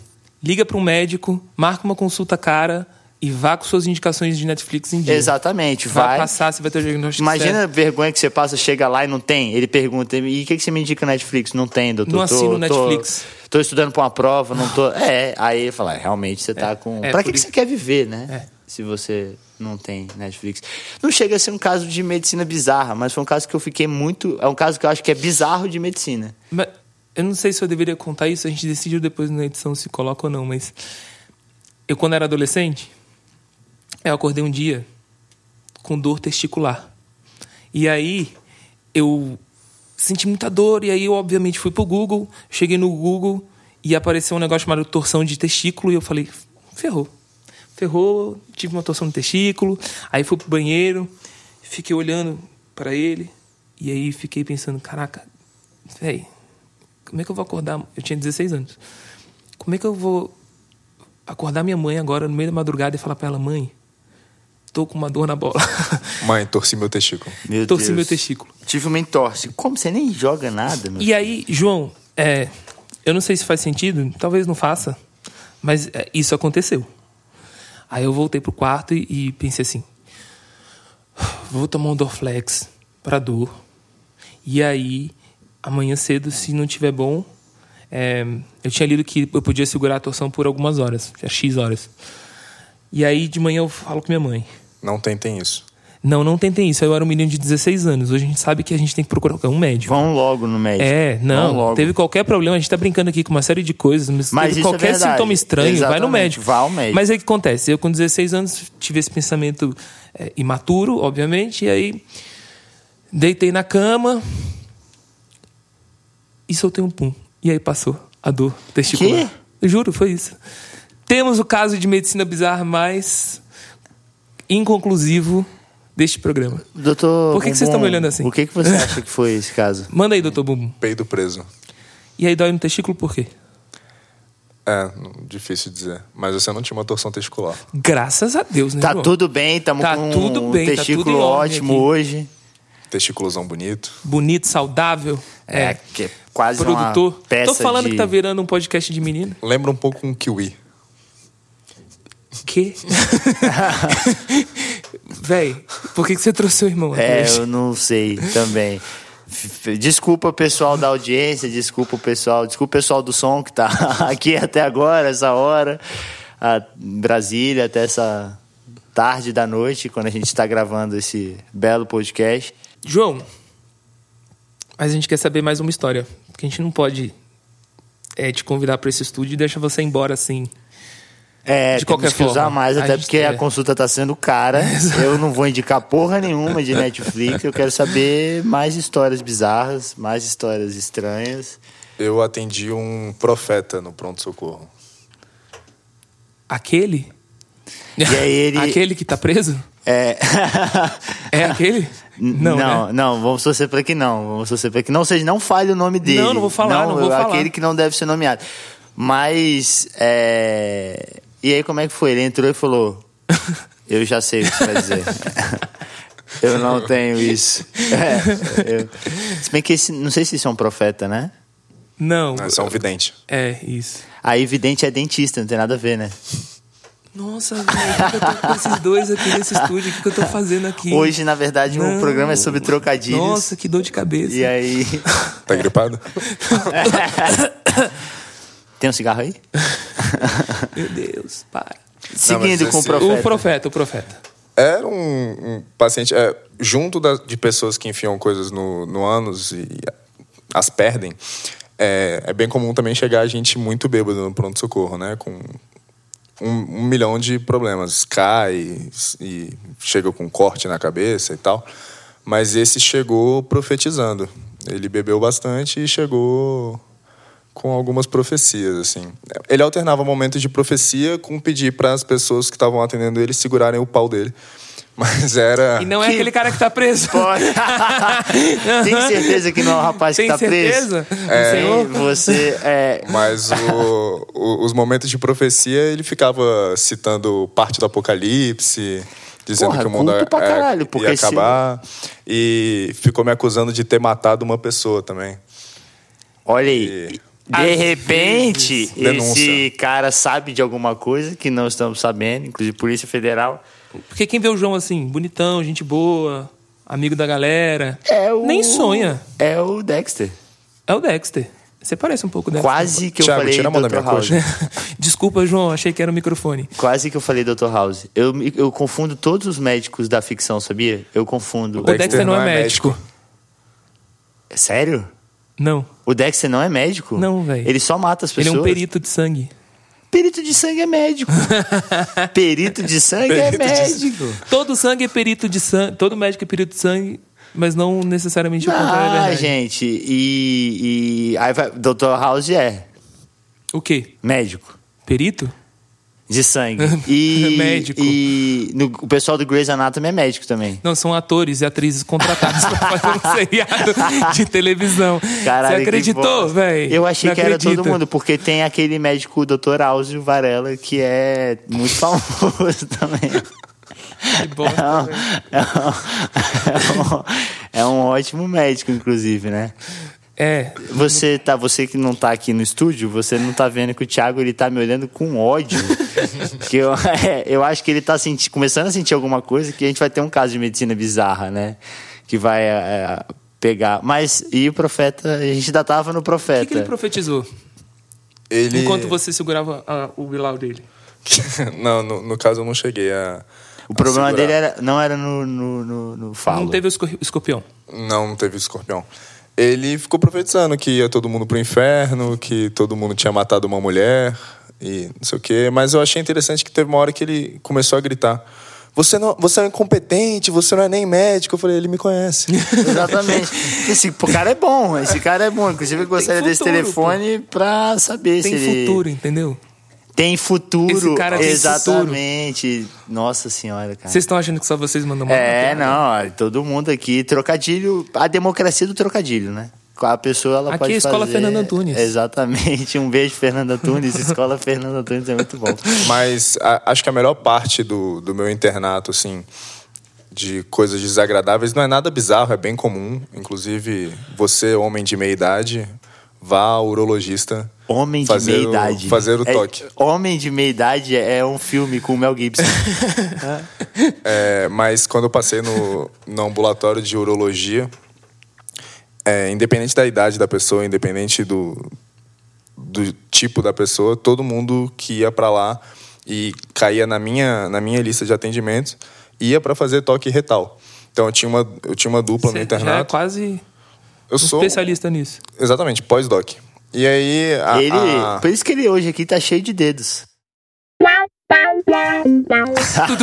[SPEAKER 2] Liga pra um médico, marca uma consulta cara e vá com suas indicações de Netflix em dia.
[SPEAKER 1] Exatamente,
[SPEAKER 2] é, Vai,
[SPEAKER 1] vai.
[SPEAKER 2] passar, você vai ter o diagnóstico
[SPEAKER 1] Imagina a
[SPEAKER 2] certo.
[SPEAKER 1] vergonha que você passa, chega lá e não tem. Ele pergunta, e o que, que você me indica no Netflix? Não tem, doutor.
[SPEAKER 2] Não
[SPEAKER 1] Tô-
[SPEAKER 2] assino
[SPEAKER 1] tô-
[SPEAKER 2] Netflix.
[SPEAKER 1] Tô, estudando pra uma
[SPEAKER 2] [laughs]
[SPEAKER 1] prova, não tô... É, aí ele fala, realmente você tá com... pra
[SPEAKER 2] é, por
[SPEAKER 1] que, que
[SPEAKER 2] isso-
[SPEAKER 1] você quer viver, né?
[SPEAKER 2] É.
[SPEAKER 1] Se você... não tem Netflix. Não chega a ser um caso de medicina bizarra, mas foi um caso que eu fiquei muito. É um caso que eu acho que é bizarro de medicina.
[SPEAKER 2] Mas eu não sei se eu deveria contar isso, a gente decidiu depois na edição se coloca ou não, mas eu quando era adolescente, eu acordei um dia com dor testicular. E aí eu senti muita dor e aí eu obviamente fui pro Google, cheguei no Google e apareceu um negócio chamado torção de testículo e eu falei, ferrou. Ferrou, tive uma torção no testículo, aí fui pro banheiro, fiquei olhando para ele e aí fiquei pensando, caraca, véi, como é que eu vou acordar? Eu tinha 16 anos. Como é que eu vou acordar minha mãe agora no meio da madrugada e falar para ela, mãe, tô com uma dor na bola. [laughs]
[SPEAKER 3] Mãe, torci meu testículo.
[SPEAKER 1] Meu
[SPEAKER 2] Torci
[SPEAKER 1] Deus.
[SPEAKER 2] meu testículo.
[SPEAKER 1] Tive uma entorse. Como você nem joga nada, meu?
[SPEAKER 2] E aí, João, é, eu não sei se faz sentido, talvez não faça, mas é, isso aconteceu. Aí eu voltei pro quarto e, e pensei assim: vou tomar um Dorflex pra dor. E aí, amanhã cedo, se não tiver bom, é, eu tinha lido que eu podia segurar a torção por algumas horas, é, X horas. E aí, de manhã, eu falo com minha mãe.
[SPEAKER 3] Não tentem isso.
[SPEAKER 2] Não, não tentem isso. Eu era um menino de 16 anos. Hoje a gente sabe que a gente tem que procurar um médico.
[SPEAKER 1] Vão logo no médico.
[SPEAKER 2] É,
[SPEAKER 1] Vão
[SPEAKER 2] não.
[SPEAKER 1] logo.
[SPEAKER 2] Teve qualquer problema, a gente tá brincando aqui com uma série de coisas, mas,
[SPEAKER 1] Mas
[SPEAKER 2] teve
[SPEAKER 1] isso é
[SPEAKER 2] qualquer
[SPEAKER 1] verdade.
[SPEAKER 2] sintoma estranho, vai no
[SPEAKER 1] Exatamente.
[SPEAKER 2] médico.
[SPEAKER 1] Vá ao médico.
[SPEAKER 2] Mas aí o que acontece? Eu com 16 anos tive esse pensamento é, imaturo, obviamente, e aí deitei na cama e soltei um pum. E aí passou a dor testicular.
[SPEAKER 1] Quê?
[SPEAKER 2] Eu Juro, foi isso. Temos o caso de medicina bizarra mais inconclusivo deste programa.
[SPEAKER 1] Doutor.
[SPEAKER 2] Por que que vocês
[SPEAKER 1] Bumbum,
[SPEAKER 2] estão me olhando assim?
[SPEAKER 1] O que, que
[SPEAKER 2] [laughs]
[SPEAKER 1] você acha que foi esse caso?
[SPEAKER 2] Manda aí, doutor Bumbum.
[SPEAKER 3] Peido preso.
[SPEAKER 2] E aí dói no testículo por quê?
[SPEAKER 3] É, não- difícil dizer. Mas você não tinha uma torção testicular.
[SPEAKER 2] Graças a Deus, né?
[SPEAKER 1] Tá
[SPEAKER 2] João?
[SPEAKER 1] tudo bem, estamos
[SPEAKER 2] Tá
[SPEAKER 1] com
[SPEAKER 2] tudo
[SPEAKER 1] um
[SPEAKER 2] bem, tá
[SPEAKER 1] testículo
[SPEAKER 2] tudo em ordem
[SPEAKER 1] ótimo
[SPEAKER 2] aqui.
[SPEAKER 1] hoje.
[SPEAKER 3] Testiculozão bonito.
[SPEAKER 2] bonito, saudável. É.
[SPEAKER 1] que é quase
[SPEAKER 2] Produtor.
[SPEAKER 1] uma peça
[SPEAKER 2] Tô falando
[SPEAKER 1] de...
[SPEAKER 2] que tá virando um podcast
[SPEAKER 1] [laughs]
[SPEAKER 2] de menino.
[SPEAKER 3] Lembra um pouco um kiwi.
[SPEAKER 2] Que? [laughs] Véi, por que, que você trouxe o irmão?
[SPEAKER 1] É,
[SPEAKER 2] Andrés?
[SPEAKER 1] eu não sei também. F- Desculpa o pessoal da audiência, desculpa o pessoal, desculpa o pessoal do som que tá [laughs] aqui até agora, essa hora, a Brasília, até essa tarde da noite, quando a gente está gravando esse belo podcast.
[SPEAKER 2] João, mas a gente quer saber mais uma história. Porque a gente não pode é, te convidar pra esse estúdio e deixar você embora assim.
[SPEAKER 1] É,
[SPEAKER 2] De qualquer
[SPEAKER 1] temos que usar
[SPEAKER 2] forma,
[SPEAKER 1] mais,
[SPEAKER 2] a
[SPEAKER 1] até
[SPEAKER 2] gente
[SPEAKER 1] porque
[SPEAKER 2] quer.
[SPEAKER 1] a consulta tá sendo
[SPEAKER 2] [laughs]
[SPEAKER 1] cara. eu não vou indicar porra nenhuma de Netflix. Eu quero saber mais histórias bizarras, mais histórias estranhas.
[SPEAKER 3] Eu atendi um profeta no pronto-socorro.
[SPEAKER 2] Aquele? E [laughs]
[SPEAKER 1] aí ele-
[SPEAKER 2] Aquele que tá preso?
[SPEAKER 1] É. [laughs]
[SPEAKER 2] É aquele?
[SPEAKER 1] Não, não,
[SPEAKER 2] né?
[SPEAKER 1] vamos torcer para que não. Vamos torcer para que não seja, não fale o nome dele.
[SPEAKER 2] não vou falar, não vou
[SPEAKER 1] aquele
[SPEAKER 2] falar.
[SPEAKER 1] que não deve ser nomeado. Mas, é... E aí, como é que foi? Ele entrou e
[SPEAKER 2] [laughs]
[SPEAKER 1] falou: Eu já sei o que você vai dizer. eu não tenho
[SPEAKER 2] [laughs]
[SPEAKER 1] isso. É, eu... Se bem que esse, não sei se isso é um profeta, né?
[SPEAKER 2] Não.
[SPEAKER 3] Não, Isso é um vidente.
[SPEAKER 2] É, isso.
[SPEAKER 1] Aí, vidente é dentista, não tem nada a ver, né?
[SPEAKER 2] Nossa, velho, por que eu tô com esses dois aqui nesse estúdio? O que que eu tô fazendo aqui?
[SPEAKER 1] Hoje, na verdade, o
[SPEAKER 2] Não.
[SPEAKER 1] programa é sobre trocadilhos.
[SPEAKER 2] Nossa, que dor de cabeça.
[SPEAKER 1] E
[SPEAKER 2] [laughs]
[SPEAKER 1] aí.
[SPEAKER 3] Tá gripado?
[SPEAKER 1] tem um cigarro aí?
[SPEAKER 2] Meu Deus, para.
[SPEAKER 1] Seguindo
[SPEAKER 3] mas
[SPEAKER 1] com o
[SPEAKER 3] esse-
[SPEAKER 1] profeta.
[SPEAKER 2] O profeta, o profeta.
[SPEAKER 3] Era um, um paciente é, junto da- de pessoas que enfiam coisas no, no ânus e as perdem. É, é bem comum também chegar a gente muito bêbado no pronto-socorro, né? Com um, um milhão de problemas. Cai e chega com um corte na cabeça e tal. Mas esse chegou profetizando. Ele bebeu bastante e chegou com algumas profecias, assim. Ele alternava momentos de profecia com pedir para as pessoas que estavam atendendo ele segurarem o pau dele. [laughs] Mas era.
[SPEAKER 2] E não é
[SPEAKER 1] Que-
[SPEAKER 2] aquele cara que tá preso. [laughs]
[SPEAKER 1] Pode. Tem certeza que não é o rapaz
[SPEAKER 2] Tem
[SPEAKER 1] que tá
[SPEAKER 2] certeza?
[SPEAKER 1] preso?
[SPEAKER 2] É.
[SPEAKER 1] Senhor, você é.
[SPEAKER 3] Mas o- o- os momentos de profecia, ele ficava citando parte do Apocalipse, dizendo
[SPEAKER 1] Porra,
[SPEAKER 3] que o mundo
[SPEAKER 1] culto
[SPEAKER 3] é,
[SPEAKER 1] pra caralho, porque
[SPEAKER 3] ia
[SPEAKER 1] se-
[SPEAKER 3] acabar. E ficou me acusando de ter matado uma pessoa também.
[SPEAKER 1] Olha aí. De
[SPEAKER 2] Às
[SPEAKER 1] repente, esse
[SPEAKER 3] Denúncia.
[SPEAKER 1] cara sabe de alguma coisa que não estamos sabendo, inclusive Polícia Federal.
[SPEAKER 2] Porque quem vê o João assim, bonitão, gente boa, amigo da galera,
[SPEAKER 1] É o.
[SPEAKER 2] nem sonha.
[SPEAKER 1] É o Dexter.
[SPEAKER 2] É o Dexter. Você parece um pouco o Dexter.
[SPEAKER 1] Quase que eu
[SPEAKER 3] Thiago,
[SPEAKER 1] falei
[SPEAKER 3] tira a mão da
[SPEAKER 1] Dr.
[SPEAKER 3] minha
[SPEAKER 1] House.
[SPEAKER 3] coxa.
[SPEAKER 2] [laughs] Desculpa, João, achei que era o microfone.
[SPEAKER 1] Quase que eu falei Dr. House. Eu, me- eu confundo todos os médicos da ficção, sabia? Eu confundo.
[SPEAKER 2] O Dexter não é médico.
[SPEAKER 1] Sério?
[SPEAKER 2] Não.
[SPEAKER 1] O Dexter não é médico?
[SPEAKER 2] Não, velho.
[SPEAKER 1] Ele só mata as
[SPEAKER 2] Ele
[SPEAKER 1] pessoas.
[SPEAKER 2] é um perito de sangue.
[SPEAKER 1] Perito de sangue é
[SPEAKER 2] [laughs]
[SPEAKER 1] médico. perito de sangue é
[SPEAKER 3] Perito de
[SPEAKER 1] médico.
[SPEAKER 2] Todo sangue é perito de sangue. Todo médico é perito de sangue, mas não necessariamente o contrário é
[SPEAKER 1] Ah,
[SPEAKER 2] verdade.
[SPEAKER 1] gente. E. e aí vai, Dr. House é
[SPEAKER 2] O quê?
[SPEAKER 1] médico.
[SPEAKER 2] Perito?
[SPEAKER 1] De
[SPEAKER 2] [laughs]
[SPEAKER 1] sangue. E,
[SPEAKER 2] É Médico.
[SPEAKER 1] E no- o pessoal do Grey's Anatomy é médico também.
[SPEAKER 2] Não, são atores e atrizes contratados [laughs] pra fazer um seriado de televisão.
[SPEAKER 1] Caralho,
[SPEAKER 2] Você
[SPEAKER 1] que
[SPEAKER 2] acreditou,
[SPEAKER 1] bosta.
[SPEAKER 2] velho?
[SPEAKER 1] Eu achei
[SPEAKER 2] Não
[SPEAKER 1] que era
[SPEAKER 2] acredita.
[SPEAKER 1] todo mundo, porque tem aquele médico, o Dr. Áuzio Varela, que é muito famoso [laughs] também.
[SPEAKER 2] Que bosta.
[SPEAKER 1] É um, [laughs] é um- é um ótimo médico, inclusive, né?
[SPEAKER 2] É,
[SPEAKER 1] Você tá, você que não tá aqui no estúdio, você não tá vendo que o Thiago ele tá me olhando com ódio. que eu, [laughs] é, eu acho que ele tá senti- começando a sentir alguma coisa que a gente vai ter um caso de medicina bizarra, né? Que vai é, pegar. Mas e o profeta? A gente ainda tava no
[SPEAKER 2] o
[SPEAKER 1] profeta.
[SPEAKER 2] que, que ele profetizou?
[SPEAKER 3] Ele...
[SPEAKER 2] Enquanto você segurava ah, o Bilal dele.
[SPEAKER 3] [laughs] não, no, no caso eu não cheguei a.
[SPEAKER 1] O problema
[SPEAKER 3] segurar.
[SPEAKER 1] dele era, não era no, no, no, no falo.
[SPEAKER 2] Não teve o escor- escorpião.
[SPEAKER 3] Não, não teve escorpião. Ele ficou profetizando que ia todo mundo pro inferno, que todo mundo tinha matado uma mulher e não sei o quê. Mas eu achei interessante que teve uma hora que ele começou a gritar. Você, não, você é incompetente, você não é nem médico. Eu falei, ele me conhece.
[SPEAKER 2] [laughs]
[SPEAKER 1] Exatamente. Esse pô, cara é bom, esse cara é bom. Inclusive, eu gostaria desse
[SPEAKER 2] futuro,
[SPEAKER 1] telefone pra saber
[SPEAKER 2] Tem
[SPEAKER 1] se ele.
[SPEAKER 2] futuro, entendeu?
[SPEAKER 1] Tem futuro.
[SPEAKER 2] Esse cara tem
[SPEAKER 1] Exatamente. Nossa senhora, cara.
[SPEAKER 2] Vocês estão achando que só vocês mandam mal?
[SPEAKER 1] É, não, ó, todo mundo aqui. Trocadilho, a democracia do trocadilho, né? A pessoa ela
[SPEAKER 2] Aqui
[SPEAKER 1] pode
[SPEAKER 2] é a Escola
[SPEAKER 1] fazer-
[SPEAKER 2] Fernando Antunes.
[SPEAKER 1] Exatamente. Um beijo, Fernando
[SPEAKER 2] [laughs]
[SPEAKER 1] Antunes. Escola Fernando Antunes é muito bom.
[SPEAKER 3] Mas a- acho que a melhor parte do, do meu internato, assim, de coisas desagradáveis, não é nada bizarro, é bem comum. Inclusive, você, homem de meia idade, vá ao urologista.
[SPEAKER 1] Homem de
[SPEAKER 3] fazer
[SPEAKER 1] meia
[SPEAKER 3] o-
[SPEAKER 1] idade.
[SPEAKER 3] Fazer o
[SPEAKER 1] É-
[SPEAKER 3] toque.
[SPEAKER 1] Homem de meia idade é um filme com o Mel Gibson.
[SPEAKER 3] É, mas quando eu passei no, no ambulatório de urologia, é, independente da idade da pessoa, independente do, do tipo da pessoa, todo mundo que ia para lá e caía na minha, na minha lista de atendimentos ia para fazer toque retal. Então eu tinha uma, eu tinha uma dupla
[SPEAKER 2] Você
[SPEAKER 3] no
[SPEAKER 2] já é
[SPEAKER 3] internato.
[SPEAKER 2] quase
[SPEAKER 3] eu
[SPEAKER 2] um
[SPEAKER 3] sou
[SPEAKER 2] especialista nisso.
[SPEAKER 3] exatamente pós-doc. E aí a-
[SPEAKER 1] ele,
[SPEAKER 3] a-
[SPEAKER 1] Por isso que ele hoje aqui tá cheio de dedos. [laughs]
[SPEAKER 2] [laughs]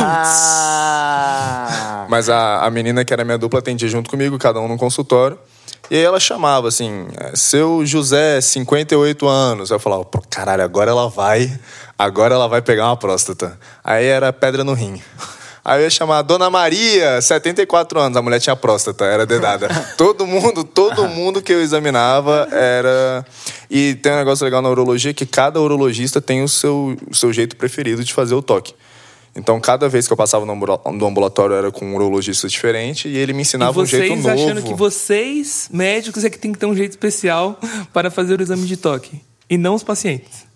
[SPEAKER 1] Ah,
[SPEAKER 3] Mas a, a menina que era minha dupla atendia junto comigo, cada um num consultório. E aí ela chamava assim, eh, seu José, 58 anos. Eu falava, Pô, caralho, agora ela vai, agora ela vai pegar uma próstata. Aí era pedra no rim. Aí eu ia chamar Dona Maria, 74 anos. A mulher tinha próstata, era dedada. todo mundo, todo mundo que eu examinava era. E tem um negócio legal na urologia que cada urologista tem o seu, o seu jeito preferido de fazer o toque. Então, cada vez que eu passava no ambula- no ambulatório, era com um urologista diferente e ele me
[SPEAKER 2] E
[SPEAKER 3] ensinava um jeito
[SPEAKER 2] vocês
[SPEAKER 3] novo.
[SPEAKER 2] achando que vocês, médicos, é que tem que ter um jeito especial para fazer o exame de toque. E não os pacientes.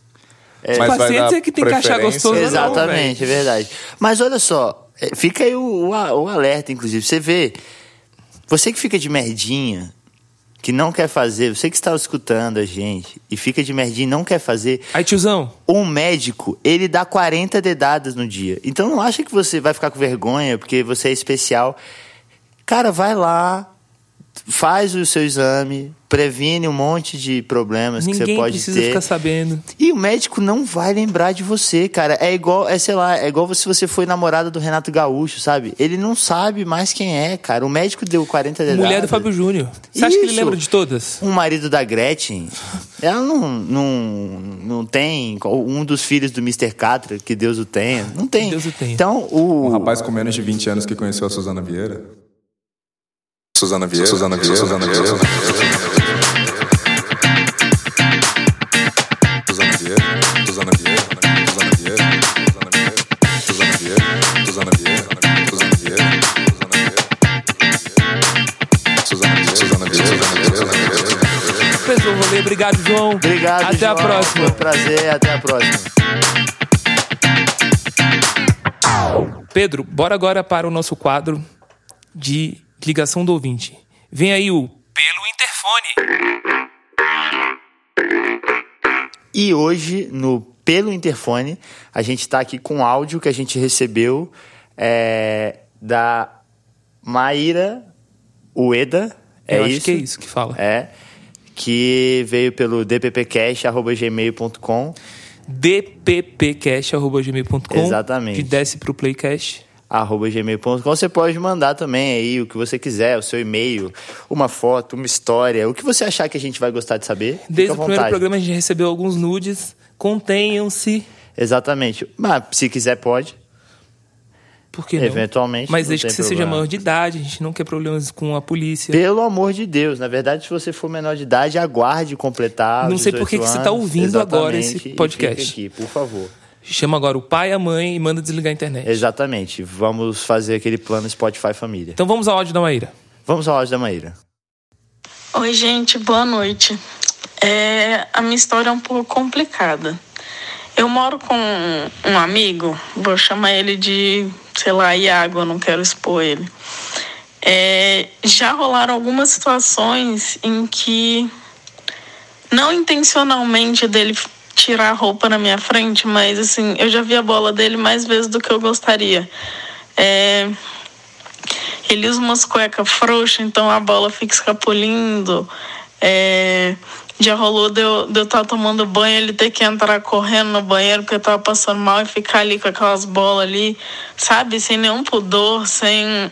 [SPEAKER 3] Mas
[SPEAKER 2] Os
[SPEAKER 3] vai
[SPEAKER 2] pacientes
[SPEAKER 3] dar
[SPEAKER 2] é que tem que achar
[SPEAKER 3] preferência,
[SPEAKER 2] gostoso,
[SPEAKER 3] né?
[SPEAKER 2] não,
[SPEAKER 1] Exatamente, é verdade. Mas olha só, é, fica aí o, o a- o alerta, inclusive. Você vê, você que fica de merdinha, que não quer fazer, você que está escutando a gente e fica de merdinha e não quer fazer,
[SPEAKER 2] Aí, tiozão,
[SPEAKER 1] um médico, ele dá 40 dedadas no dia. Então não acha que você vai ficar com vergonha porque você é especial. Cara, vai lá, faz o seu exame, previne um monte de problemas que você
[SPEAKER 2] ninguém
[SPEAKER 1] pode
[SPEAKER 2] precisa
[SPEAKER 1] ter.
[SPEAKER 2] ficar sabendo.
[SPEAKER 1] E o médico não vai lembrar de você, cara. É igual, é sei lá, é igual se você foi namorada do Renato Gaúcho, sabe? Ele não sabe mais quem é, cara. O médico deu 40 dedadas.
[SPEAKER 2] Mulher do Fábio Júnior. Você acha que ele
[SPEAKER 1] Isso.
[SPEAKER 2] lembra de todas?
[SPEAKER 1] Um marido da Gretchen, ela não, não, não tem um dos filhos do Mr. Catra, que Deus o tenha. Não tem.
[SPEAKER 2] Deus o tenha.
[SPEAKER 1] Então, o.
[SPEAKER 3] Rapaz com menos de 20 anos que conheceu a Suzana Vieira. Suzana Vieira. Suzana Vieira. Suzana Vieira. Suzana Vieira. Suzana Vieira. Suzana Vieira. Suzana Vieira. Suzana Vieira. Suzana Vieira. Suzana Vieira. Suzana Vieira. Suzana Vieira.
[SPEAKER 2] Pessoal, rolê. Obrigado, João.
[SPEAKER 1] Obrigado,
[SPEAKER 2] Até a
[SPEAKER 1] João.
[SPEAKER 2] próxima.
[SPEAKER 1] Foi um prazer, até a próxima.
[SPEAKER 2] Pedro, bora agora para o nosso quadro de ligação do ouvinte. Vem aí o Pelo Interfone.
[SPEAKER 1] E hoje, no pelo interfone. A gente está aqui com um áudio que a gente recebeu é, da Maíra Ueda. É
[SPEAKER 2] Eu
[SPEAKER 1] isso?
[SPEAKER 2] acho que é isso que fala.
[SPEAKER 1] É. Que veio pelo dppcast.gmail.com.
[SPEAKER 2] dppcast.gmail.com
[SPEAKER 1] Exatamente.
[SPEAKER 2] Que desce pro Playcast.
[SPEAKER 1] arroba gmail.com. Você pode mandar também aí o que você quiser, o seu e-mail, uma foto, uma história, o que você achar que a gente vai gostar de saber. fica
[SPEAKER 2] Desde
[SPEAKER 1] à
[SPEAKER 2] o primeiro
[SPEAKER 1] vontade.
[SPEAKER 2] programa a gente recebeu alguns nudes. Contenham-se.
[SPEAKER 1] Exatamente. Mas se quiser, pode.
[SPEAKER 2] Por que não?
[SPEAKER 1] Eventualmente,
[SPEAKER 2] Mas
[SPEAKER 1] não
[SPEAKER 2] desde
[SPEAKER 1] tem
[SPEAKER 2] que você seja
[SPEAKER 1] problema.
[SPEAKER 2] maior de idade, a gente não quer problemas com a polícia.
[SPEAKER 1] Pelo amor de Deus, na verdade, se você for menor de idade, aguarde completar.
[SPEAKER 2] Não
[SPEAKER 1] os
[SPEAKER 2] sei por que
[SPEAKER 1] 18
[SPEAKER 2] que você tá
[SPEAKER 1] anos.
[SPEAKER 2] ouvindo agora
[SPEAKER 1] Exatamente.
[SPEAKER 2] esse
[SPEAKER 1] E
[SPEAKER 2] podcast.
[SPEAKER 1] Fica aqui, por favor.
[SPEAKER 2] Chama agora o pai, a mãe e manda desligar a internet.
[SPEAKER 1] Exatamente. Vamos fazer aquele plano Spotify Família.
[SPEAKER 2] Então vamos ao áudio da Maíra.
[SPEAKER 1] Vamos ao áudio da Maíra.
[SPEAKER 5] Oi, gente, boa noite. É, a minha história é um pouco complicada. Eu moro com um amigo, vou chamar ele de, sei lá, Iago, eu não quero expor ele. É, já rolaram algumas situações em que, não intencionalmente dele tirar a roupa na minha frente, mas assim, eu já vi a bola dele mais vezes do que eu gostaria. É, ele usa umas cuecas frouxas, então a bola fica escapulindo. É, já rolou de eu de eu estar tomando banho, ele ter que entrar correndo no banheiro porque eu tava passando mal e ficar ali com aquelas bolas ali, sabe? Sem nenhum pudor, sem.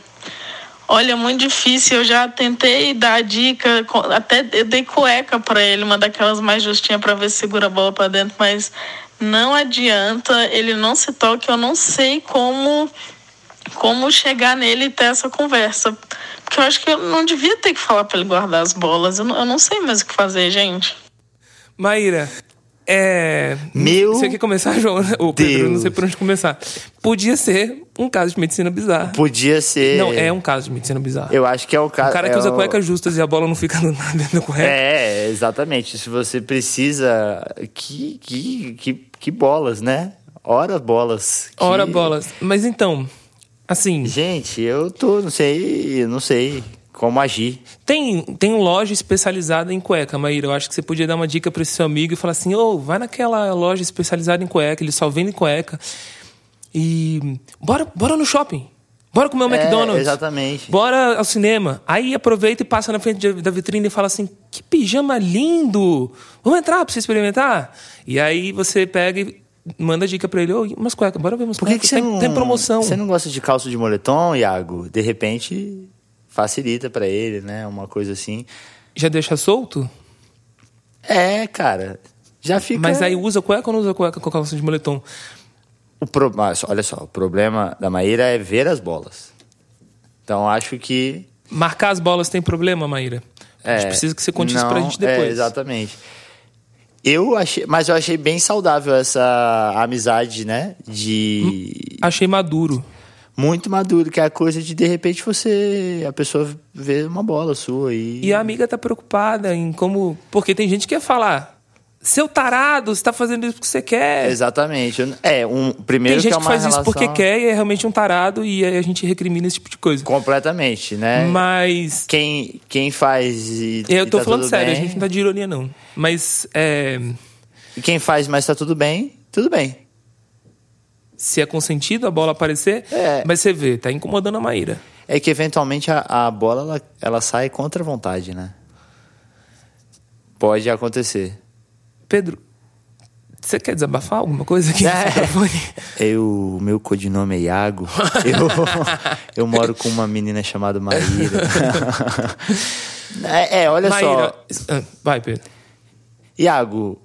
[SPEAKER 5] Olha, é muito difícil. Eu já tentei dar dica, co- até eu dei cueca pra ele, uma daquelas mais justinhas pra ver se segura a bola pra dentro, mas não adianta. Ele não se toca. Eu não sei como como chegar nele e ter essa conversa. Porque eu acho que eu não devia ter que falar pra ele guardar as bolas. Eu não, eu não sei mais o que fazer, gente.
[SPEAKER 2] Maíra, é.
[SPEAKER 1] Meu
[SPEAKER 2] Você quer começar, João? [laughs] Ou Pedro,
[SPEAKER 1] Deus.
[SPEAKER 2] não sei por onde começar. Podia ser um caso de medicina bizarra.
[SPEAKER 1] Podia ser.
[SPEAKER 2] Não, é um caso de medicina bizarra.
[SPEAKER 1] Eu acho que é o cara.
[SPEAKER 2] O cara que
[SPEAKER 1] é
[SPEAKER 2] usa
[SPEAKER 1] o-
[SPEAKER 2] cuecas justas e a bola não fica no- na dentro do cueca.
[SPEAKER 1] É, exatamente. Se você precisa. Que, que, que, que bolas, né? Ora bolas. Que-
[SPEAKER 2] Ora bolas. Mas então, assim,
[SPEAKER 1] Gente, eu tô, não sei, não sei como agir.
[SPEAKER 2] tem, tem loja especializada em cueca, Maíra. Eu acho que você podia dar uma dica pra esse seu amigo e falar assim: ô, vai naquela loja especializada em cueca, eles só vendem cueca. E. Bora, bora no shopping. Bora comer o
[SPEAKER 1] É,
[SPEAKER 2] McDonald's.
[SPEAKER 1] exatamente.
[SPEAKER 2] Bora ao cinema. Aí aproveita e passa na frente de- da vitrine e fala assim: que pijama lindo! Vamos entrar pra você experimentar? E aí você pega e manda dica pra ele: ô, umas cuecas, bora ver umas
[SPEAKER 1] Por que,
[SPEAKER 2] cuecas.
[SPEAKER 1] que você
[SPEAKER 2] tem,
[SPEAKER 1] não.
[SPEAKER 2] tem promoção.
[SPEAKER 1] Você não gosta de calça de moletom, Iago? De repente, facilita pra ele, né? Uma coisa assim.
[SPEAKER 2] Já deixa solto?
[SPEAKER 1] É, cara. Já fica.
[SPEAKER 2] Mas aí usa cueca ou não usa cueca com calça de moletom?
[SPEAKER 1] O pro... mas, Olha só, o problema da Maíra é ver as bolas. Então acho que. é,
[SPEAKER 2] Marcar as bolas tem problema, Maíra? A gente precisa que você conte isso pra
[SPEAKER 1] não,
[SPEAKER 2] gente depois.
[SPEAKER 1] É, exatamente. Eu achei, mas eu achei bem saudável essa amizade, né? De
[SPEAKER 2] Achei maduro.
[SPEAKER 1] muito maduro, que é a coisa de de repente você a pessoa vê uma bola sua e,
[SPEAKER 2] E a amiga tá preocupada em como. Porque tem gente que quer falar. Seu tarado, você tá fazendo isso porque você quer.
[SPEAKER 1] exatamente. Eu- É, um primeiro
[SPEAKER 2] Tem gente
[SPEAKER 1] que é
[SPEAKER 2] que,
[SPEAKER 1] uma
[SPEAKER 2] faz
[SPEAKER 1] relação
[SPEAKER 2] isso porque quer e é realmente um tarado e aí a gente recrimina esse tipo de coisa.
[SPEAKER 1] completamente, né?
[SPEAKER 2] Mas.
[SPEAKER 1] Quem quem faz e
[SPEAKER 2] Eu
[SPEAKER 1] e
[SPEAKER 2] tô
[SPEAKER 1] tá
[SPEAKER 2] falando
[SPEAKER 1] tudo
[SPEAKER 2] sério, a
[SPEAKER 1] bem,
[SPEAKER 2] gente não tá de ironia, não. Mas é,
[SPEAKER 1] e quem faz, mas tá tudo bem, tudo bem.
[SPEAKER 2] se é consentido a bola aparecer,
[SPEAKER 1] É.
[SPEAKER 2] mas você vê, tá incomodando a Maíra.
[SPEAKER 1] É que eventualmente a, a bola ela, ela sai contra a vontade, né? Pode acontecer.
[SPEAKER 2] Pedro, você quer desabafar alguma coisa aqui? no
[SPEAKER 1] É. [laughs]
[SPEAKER 2] microfone?
[SPEAKER 1] Eu, meu codinome é
[SPEAKER 2] [laughs]
[SPEAKER 1] Iago. Eu, eu moro com uma menina chamada
[SPEAKER 2] [laughs]
[SPEAKER 1] Maíra. é, é, olha
[SPEAKER 2] Maíra.
[SPEAKER 1] só,
[SPEAKER 2] Ah, Vai, Pedro.
[SPEAKER 1] Iago,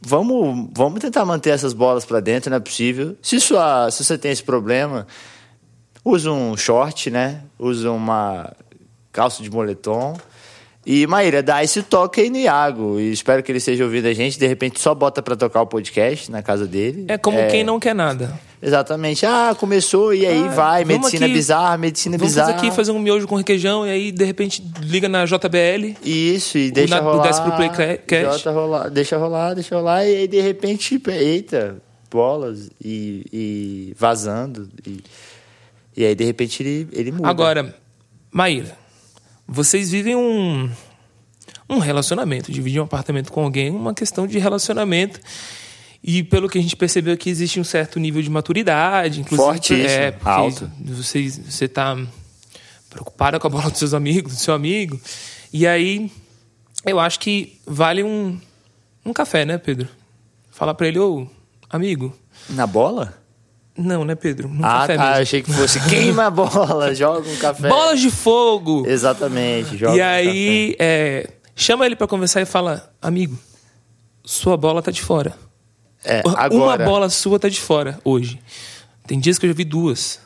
[SPEAKER 1] vamos, vamos tentar manter essas bolas pra dentro, não é possível. Se, sua, se você tem esse problema, usa um short, né? Usa uma calça de moletom. E Maíra, dá esse toque aí no Iago. E espero que ele esteja ouvindo a gente. De repente, só bota pra tocar o podcast na casa dele.
[SPEAKER 2] É como quem não quer nada.
[SPEAKER 1] Exatamente. Ah, começou e aí
[SPEAKER 2] Ah,
[SPEAKER 1] vai,
[SPEAKER 2] vamos
[SPEAKER 1] medicina
[SPEAKER 2] aqui-
[SPEAKER 1] bizarra, medicina
[SPEAKER 2] Vamos
[SPEAKER 1] bizarra.
[SPEAKER 2] fazer aqui, fazer um miojo com requeijão e aí, de repente, liga na JBL.
[SPEAKER 1] Isso, e deixa
[SPEAKER 2] na- o
[SPEAKER 1] rolar.
[SPEAKER 2] desce pro playcast.
[SPEAKER 1] Jota rolar, deixa rolar, deixa rolar e aí de repente, tipo, eita, bolas e, e vazando e, e aí de repente ele ele muda.
[SPEAKER 2] Agora, Maíra, vocês vivem um, é um relacionamento, dividir um apartamento com alguém, uma questão de relacionamento. E pelo que a gente percebeu aqui, existe um certo nível de maturidade, inclusive.
[SPEAKER 1] Fortíssimo,
[SPEAKER 2] É, porque
[SPEAKER 1] né? alto.
[SPEAKER 2] Você, você tá preocupada com a bola dos seus amigos, do seu amigo. E aí, eu acho que vale um, um café, né, Pedro? Falar pra ele, ô, amigo.
[SPEAKER 1] Na bola?
[SPEAKER 2] Não, né, Pedro? Um
[SPEAKER 1] ah,
[SPEAKER 2] café
[SPEAKER 1] tá.
[SPEAKER 2] mesmo.
[SPEAKER 1] Achei que
[SPEAKER 2] [laughs]
[SPEAKER 1] fosse queima a bola, joga um café.
[SPEAKER 2] Bolas de
[SPEAKER 1] É,
[SPEAKER 2] fogo!
[SPEAKER 1] Exatamente, joga
[SPEAKER 2] e
[SPEAKER 1] um
[SPEAKER 2] aí, é, chama ele pra conversar e fala: Amigo, sua bola tá de fora.
[SPEAKER 1] café. É,
[SPEAKER 2] Uma
[SPEAKER 1] agora,
[SPEAKER 2] bola sua tá de fora hoje. Tem dias que eu já vi duas.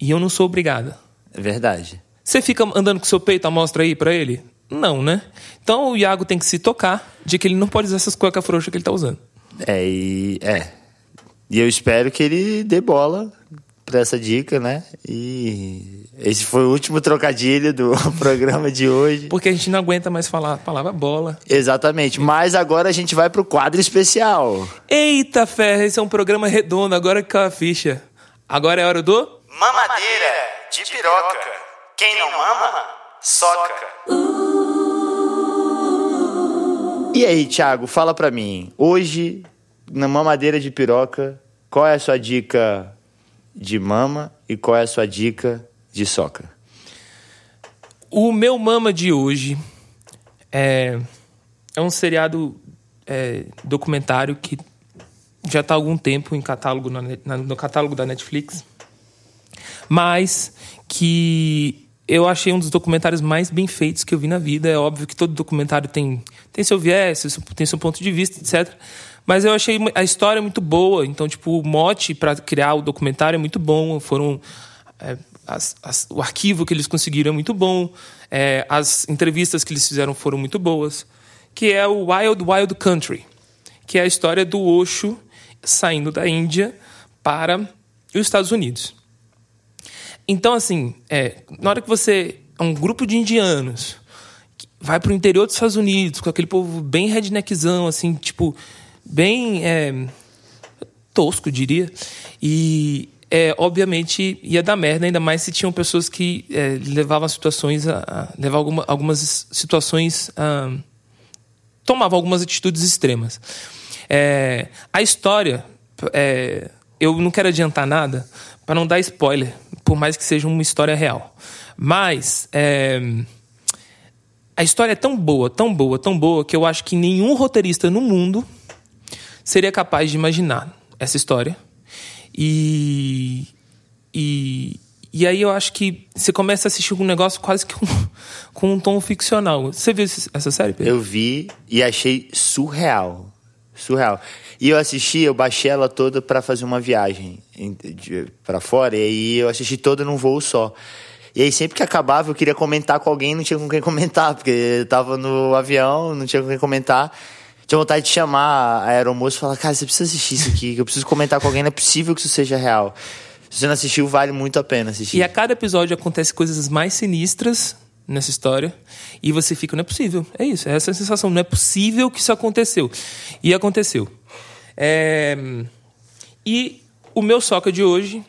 [SPEAKER 2] E eu não sou obrigada.
[SPEAKER 1] É verdade.
[SPEAKER 2] Você fica andando com seu peito à mostra aí pra ele? Não, né? Então o Iago tem que se tocar de que ele não pode usar essas cuecas frouxas que ele tá usando.
[SPEAKER 1] É, e, é. E eu espero que ele dê bola pra essa dica, né? E esse foi o último trocadilho do [laughs] programa de hoje.
[SPEAKER 2] Porque a gente não aguenta mais falar a palavra bola.
[SPEAKER 1] Exatamente. Mas agora a gente vai pro quadro especial.
[SPEAKER 2] Eita ferro, esse é um programa redondo, agora que caiu a ficha. Agora é hora do.
[SPEAKER 6] Mamadeira de piroca. Quem não mama, soca.
[SPEAKER 1] E aí, Thiago, fala pra mim. Hoje, na mamadeira de piroca, qual é a sua dica de mama e qual é a sua dica de soca?
[SPEAKER 2] O meu mama de hoje é, é um seriado é, documentário que já está há algum tempo em catálogo na net- na- no catálogo da Netflix, mas que eu achei um dos documentários mais bem feitos que eu vi na vida. É óbvio que todo documentário tem, tem seu viés, seu- tem seu ponto de vista, etc. Mas eu achei mu- a história muito boa. Então, tipo, o mote para criar o documentário é muito bom. Foram é, as- as- o arquivo que eles conseguiram é muito bom. É, as entrevistas que eles fizeram foram muito boas. Que é o Wild Wild Country que é a história do Osho saindo da Índia para os Estados Unidos. Então, assim, é, na hora que você é um grupo de indianos que vai para o interior dos Estados Unidos, com aquele povo bem redneckzão, assim, tipo, bem é, tosco, diria. E, é, obviamente, ia dar merda, ainda mais se tinham pessoas que é, levavam situações, a, a, levavam alguma- algumas situações... ah, tomava algumas atitudes extremas. É, a história, é, eu não quero adiantar nada para não dar spoiler, por mais que seja uma história real. Mas é, a história é tão boa, tão boa, tão boa que eu acho que nenhum roteirista no mundo seria capaz de imaginar essa história. E. E. E aí eu acho que você começa a assistir um negócio quase que com, com um tom ficcional. Você viu esse- essa série, Pedro?
[SPEAKER 1] Eu vi e achei surreal. Surreal. E eu assisti, eu baixei ela toda pra fazer uma viagem em- de- pra fora. E aí eu assisti toda num voo só. E aí sempre que acabava, eu queria comentar com alguém, não tinha com quem [laughs] comentar, porque eu tava no avião, não tinha com quem comentar. Tinha vontade de chamar a aeromoça e falar, cara, você precisa assistir isso aqui, que eu preciso comentar com alguém, não é possível que isso seja real. Se você não assistiu, vale muito a pena assistir.
[SPEAKER 2] E a cada episódio acontece coisas mais sinistras nessa história. E você fica, não é possível. É isso, é essa a sensação. Não é possível que isso aconteceu. E aconteceu. É, E o meu soca de hoje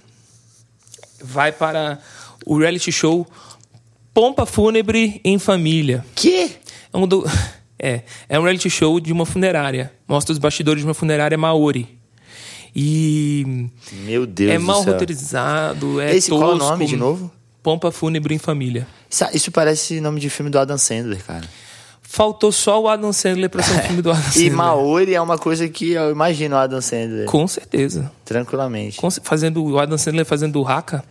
[SPEAKER 2] vai para o reality show Pompa Fúnebre em Família.
[SPEAKER 1] Que?
[SPEAKER 2] É um, do... [laughs] é, é um reality show de uma funerária. Mostra os bastidores de uma funerária maori. E
[SPEAKER 1] Meu Deus
[SPEAKER 2] é
[SPEAKER 1] do
[SPEAKER 2] mal
[SPEAKER 1] céu.
[SPEAKER 2] roteirizado, é
[SPEAKER 1] Esse,
[SPEAKER 2] tosco.
[SPEAKER 1] qual é o nome de novo?
[SPEAKER 2] Pompa Fúnebre em Família.
[SPEAKER 1] Isso- Isso parece nome de filme do Adam Sandler, cara.
[SPEAKER 2] Faltou só o Adam Sandler pra ser
[SPEAKER 1] [laughs]
[SPEAKER 2] um filme do Adam
[SPEAKER 1] E
[SPEAKER 2] Sandler.
[SPEAKER 1] Maori é uma coisa que eu imagino o Adam Sandler.
[SPEAKER 2] Com certeza.
[SPEAKER 1] Tranquilamente.
[SPEAKER 2] Com ce- fazendo o Adam Sandler fazendo o Haka.
[SPEAKER 1] Tá.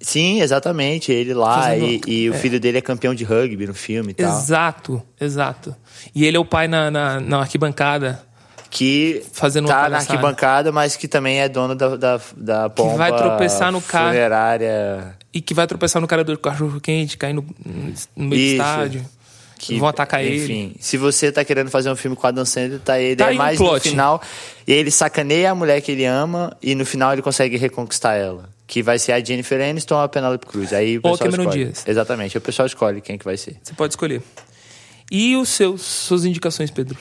[SPEAKER 1] Sim, exatamente. Ele lá
[SPEAKER 2] Fazendo-
[SPEAKER 1] e, e o
[SPEAKER 2] é.
[SPEAKER 1] filho dele é campeão de rugby no filme e tal.
[SPEAKER 2] Exato, exato. E ele é o pai na, na, na arquibancada.
[SPEAKER 1] que
[SPEAKER 2] Fazendo uma
[SPEAKER 1] tá na
[SPEAKER 2] palhaçada.
[SPEAKER 1] arquibancada, mas que também é dono da, da, da pompa
[SPEAKER 2] vai tropeçar no carro.
[SPEAKER 1] funerária.
[SPEAKER 2] E que vai tropeçar no cara do cachorro quente, cair no, no meio
[SPEAKER 1] Isso.
[SPEAKER 2] do estádio.
[SPEAKER 1] Que,
[SPEAKER 2] Vão atacar
[SPEAKER 1] enfim,
[SPEAKER 2] ele.
[SPEAKER 1] se você tá querendo fazer um filme com o Adam Sandler, tá ele
[SPEAKER 2] Tá
[SPEAKER 1] é
[SPEAKER 2] aí um
[SPEAKER 1] mais no
[SPEAKER 2] plot.
[SPEAKER 1] final. E ele sacaneia a mulher que ele ama e no final ele consegue reconquistar ela. Que vai ser a Jennifer Aniston ou a Penelope Cruz. Aí o
[SPEAKER 2] Ou a
[SPEAKER 1] pessoal
[SPEAKER 2] Cameron
[SPEAKER 1] escolhe.
[SPEAKER 2] Diaz.
[SPEAKER 1] Exatamente, o pessoal escolhe quem é que vai ser.
[SPEAKER 2] Você pode escolher. E os seus, suas indicações, Pedro?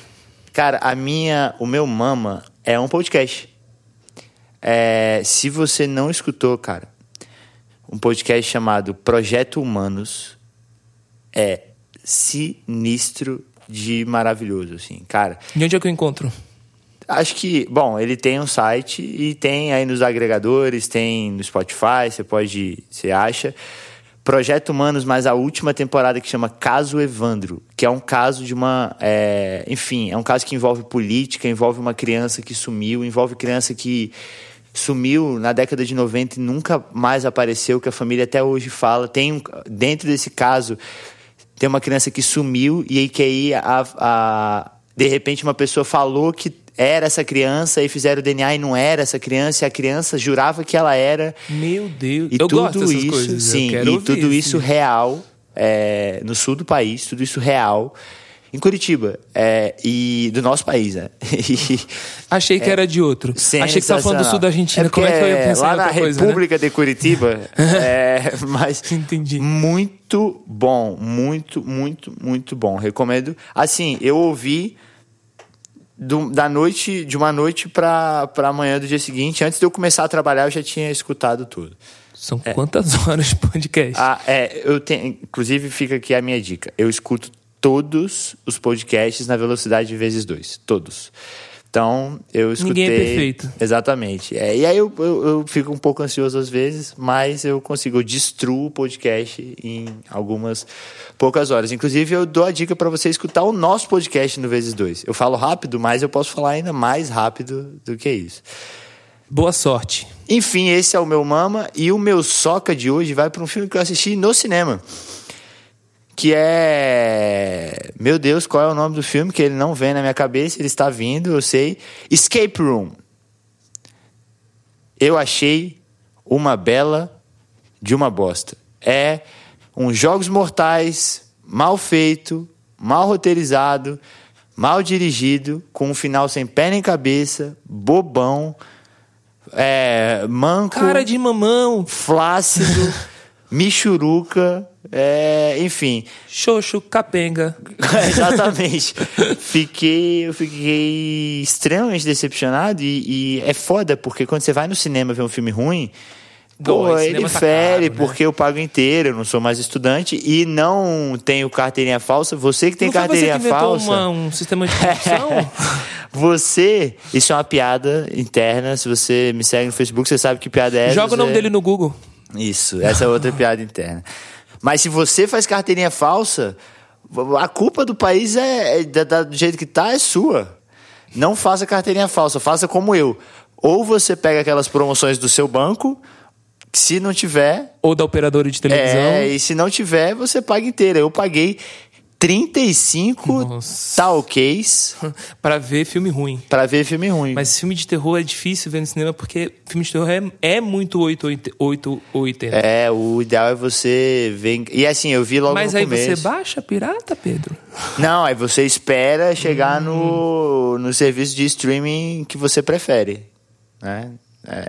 [SPEAKER 1] Cara, a minha, o meu mama é um podcast. É, se você não escutou, cara, um podcast chamado Projeto Humanos é sinistro de maravilhoso, assim, cara.
[SPEAKER 2] De onde é que eu encontro?
[SPEAKER 1] Acho que, bom, ele tem um site e tem aí nos agregadores, tem no Spotify, você pode, você acha. Projeto Humanos, mas a última temporada que chama Caso Evandro, que é um caso de uma. é, enfim, é um caso que envolve política, envolve uma criança que sumiu, envolve criança que sumiu na década de 90 e nunca mais apareceu, que a família até hoje fala. Tem um, dentro desse caso, tem uma criança que sumiu e aí que aí a, a- de repente uma pessoa falou que era essa criança e fizeram o DNA e não era essa criança e a criança jurava que ela era
[SPEAKER 2] Meu Deus.
[SPEAKER 1] e
[SPEAKER 2] eu
[SPEAKER 1] tudo
[SPEAKER 2] gosto dessas
[SPEAKER 1] isso
[SPEAKER 2] coisas. eu
[SPEAKER 1] sim
[SPEAKER 2] quero
[SPEAKER 1] e
[SPEAKER 2] ouvir
[SPEAKER 1] tudo isso
[SPEAKER 2] assim.
[SPEAKER 1] real é, no sul do país tudo isso real em Curitiba é, e do nosso país né [laughs] E-
[SPEAKER 2] Achei que era de outro. Achei que você tava falando do sul da Argentina.
[SPEAKER 1] é
[SPEAKER 2] Como é que eu ia
[SPEAKER 1] porque
[SPEAKER 2] pensar
[SPEAKER 1] Lá
[SPEAKER 2] em outra
[SPEAKER 1] na
[SPEAKER 2] coisa, né?
[SPEAKER 1] República de
[SPEAKER 2] [laughs]
[SPEAKER 1] Curitiba, é, mas
[SPEAKER 2] Entendi.
[SPEAKER 1] muito bom, muito, muito, muito bom. Recomendo. Assim, eu ouvi do- da noite, de uma noite pra pra amanhã do dia seguinte. Antes de eu começar a trabalhar, eu já tinha escutado tudo.
[SPEAKER 2] São quantas [laughs] horas de
[SPEAKER 1] É.
[SPEAKER 2] podcast?
[SPEAKER 1] Ah, é, eu tenho, inclusive fica aqui a minha dica. Eu escuto todos os podcasts na velocidade vezes dois, todos. Então, eu escutei...
[SPEAKER 2] Ninguém é perfeito.
[SPEAKER 1] Exatamente. É, e aí eu, eu, eu fico um pouco ansioso às vezes, mas eu consigo, eu destruo o podcast em algumas poucas horas. Inclusive, eu dou a dica para você escutar o nosso podcast no vezes dois. Eu falo rápido, mas eu posso falar ainda mais rápido do que isso.
[SPEAKER 2] Boa sorte.
[SPEAKER 1] Enfim, esse é o meu Mama e o meu Soca de hoje vai para um filme que eu assisti no cinema. Que é. Meu Deus, qual é o nome do filme? Que ele não vem na minha cabeça, ele está vindo, eu sei. Escape Room. Eu achei uma bela de uma bosta. É um Jogos Mortais mal feito, mal roteirizado, mal dirigido, com um final sem pé nem cabeça, bobão, é, manco
[SPEAKER 2] Cara de mamão. [laughs]
[SPEAKER 1] flácido, michuruca, é, enfim.
[SPEAKER 2] Xoxo, capenga.
[SPEAKER 1] [laughs] Exatamente. fiquei, eu fiquei extremamente decepcionado e, e é foda, porque quando você vai no cinema ver um filme ruim,
[SPEAKER 2] Pô,
[SPEAKER 1] pô,
[SPEAKER 2] esse
[SPEAKER 1] ele
[SPEAKER 2] cinema tá
[SPEAKER 1] fere,
[SPEAKER 2] caro, né?
[SPEAKER 1] porque eu pago inteiro, eu não sou mais estudante e não tenho carteirinha falsa. Você que tem
[SPEAKER 2] Não foi você que
[SPEAKER 1] carteirinha
[SPEAKER 2] inventou
[SPEAKER 1] falsa. É,
[SPEAKER 2] uma- um sistema de corrupção?
[SPEAKER 1] [laughs] Você, isso é uma piada interna. Se você me segue no Facebook, você sabe que piada é essa.
[SPEAKER 2] Joga o nome
[SPEAKER 1] Você-
[SPEAKER 2] dele no Google.
[SPEAKER 1] isso, essa é
[SPEAKER 2] [laughs]
[SPEAKER 1] outra piada interna. Mas se você faz carteirinha falsa, a culpa do país é, é da- da- do jeito que tá é sua. Não faça carteirinha falsa, faça como eu. Ou você pega aquelas promoções do seu banco, que se não tiver,
[SPEAKER 2] Ou da operadora de televisão.
[SPEAKER 1] é, e se não tiver, você paga inteira. Eu paguei 35
[SPEAKER 2] Nossa.
[SPEAKER 1] talquês
[SPEAKER 2] [laughs] pra ver filme ruim.
[SPEAKER 1] pra ver filme ruim.
[SPEAKER 2] Mas filme de terror é difícil ver no cinema porque filme de terror é, é muito 888.
[SPEAKER 1] É, o ideal é você ver. E assim, eu vi logo
[SPEAKER 2] Mas
[SPEAKER 1] no
[SPEAKER 2] aí
[SPEAKER 1] começo.
[SPEAKER 2] você baixa pirata, Pedro?
[SPEAKER 1] Não, aí você espera chegar
[SPEAKER 2] Hum.
[SPEAKER 1] no, no serviço de streaming que você prefere. Né? É.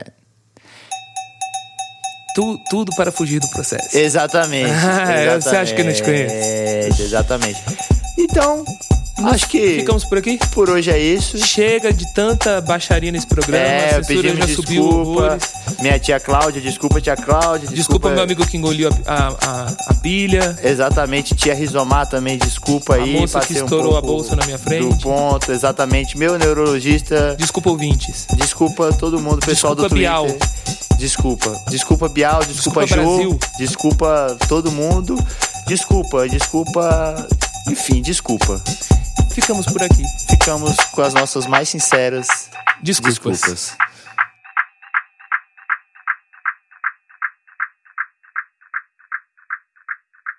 [SPEAKER 2] Tu- tudo para fugir do
[SPEAKER 1] [laughs]
[SPEAKER 2] processo.
[SPEAKER 1] Exatamente,
[SPEAKER 2] Ah,
[SPEAKER 1] É,
[SPEAKER 2] você acha que eu não te conheço?
[SPEAKER 1] Exatamente, Exatamente. Então, acho que
[SPEAKER 2] Ficamos por aqui?
[SPEAKER 1] por hoje é isso.
[SPEAKER 2] Chega de tanta baixaria nesse programa.
[SPEAKER 1] É,
[SPEAKER 2] a censura
[SPEAKER 1] pedimos
[SPEAKER 2] já subiu
[SPEAKER 1] desculpa.
[SPEAKER 2] horrores.
[SPEAKER 1] Minha tia Cláudia, desculpa, tia Cláudia. Desculpa,
[SPEAKER 2] Desculpa, meu amigo que engoliu a, a, a, a pilha.
[SPEAKER 1] Exatamente, tia Rizomar também, desculpa aí.
[SPEAKER 2] moça que
[SPEAKER 1] passei um
[SPEAKER 2] estourou a
[SPEAKER 1] pouco
[SPEAKER 2] bolsa na minha
[SPEAKER 1] Do
[SPEAKER 2] frente.
[SPEAKER 1] ponto, exatamente. Meu neurologista,
[SPEAKER 2] Desculpa, ouvintes.
[SPEAKER 1] Desculpa todo mundo, pessoal do
[SPEAKER 2] Desculpa,
[SPEAKER 1] Twitter.
[SPEAKER 2] Bial.
[SPEAKER 1] Desculpa. Desculpa, Bial. Desculpa,
[SPEAKER 2] Desculpa,
[SPEAKER 1] Ju.
[SPEAKER 2] Brasil.
[SPEAKER 1] Desculpa todo mundo. Desculpa, desculpa. Enfim, desculpa.
[SPEAKER 2] Ficamos por aqui.
[SPEAKER 1] Ficamos com as nossas mais sinceras
[SPEAKER 2] Desculpas.
[SPEAKER 1] desculpas.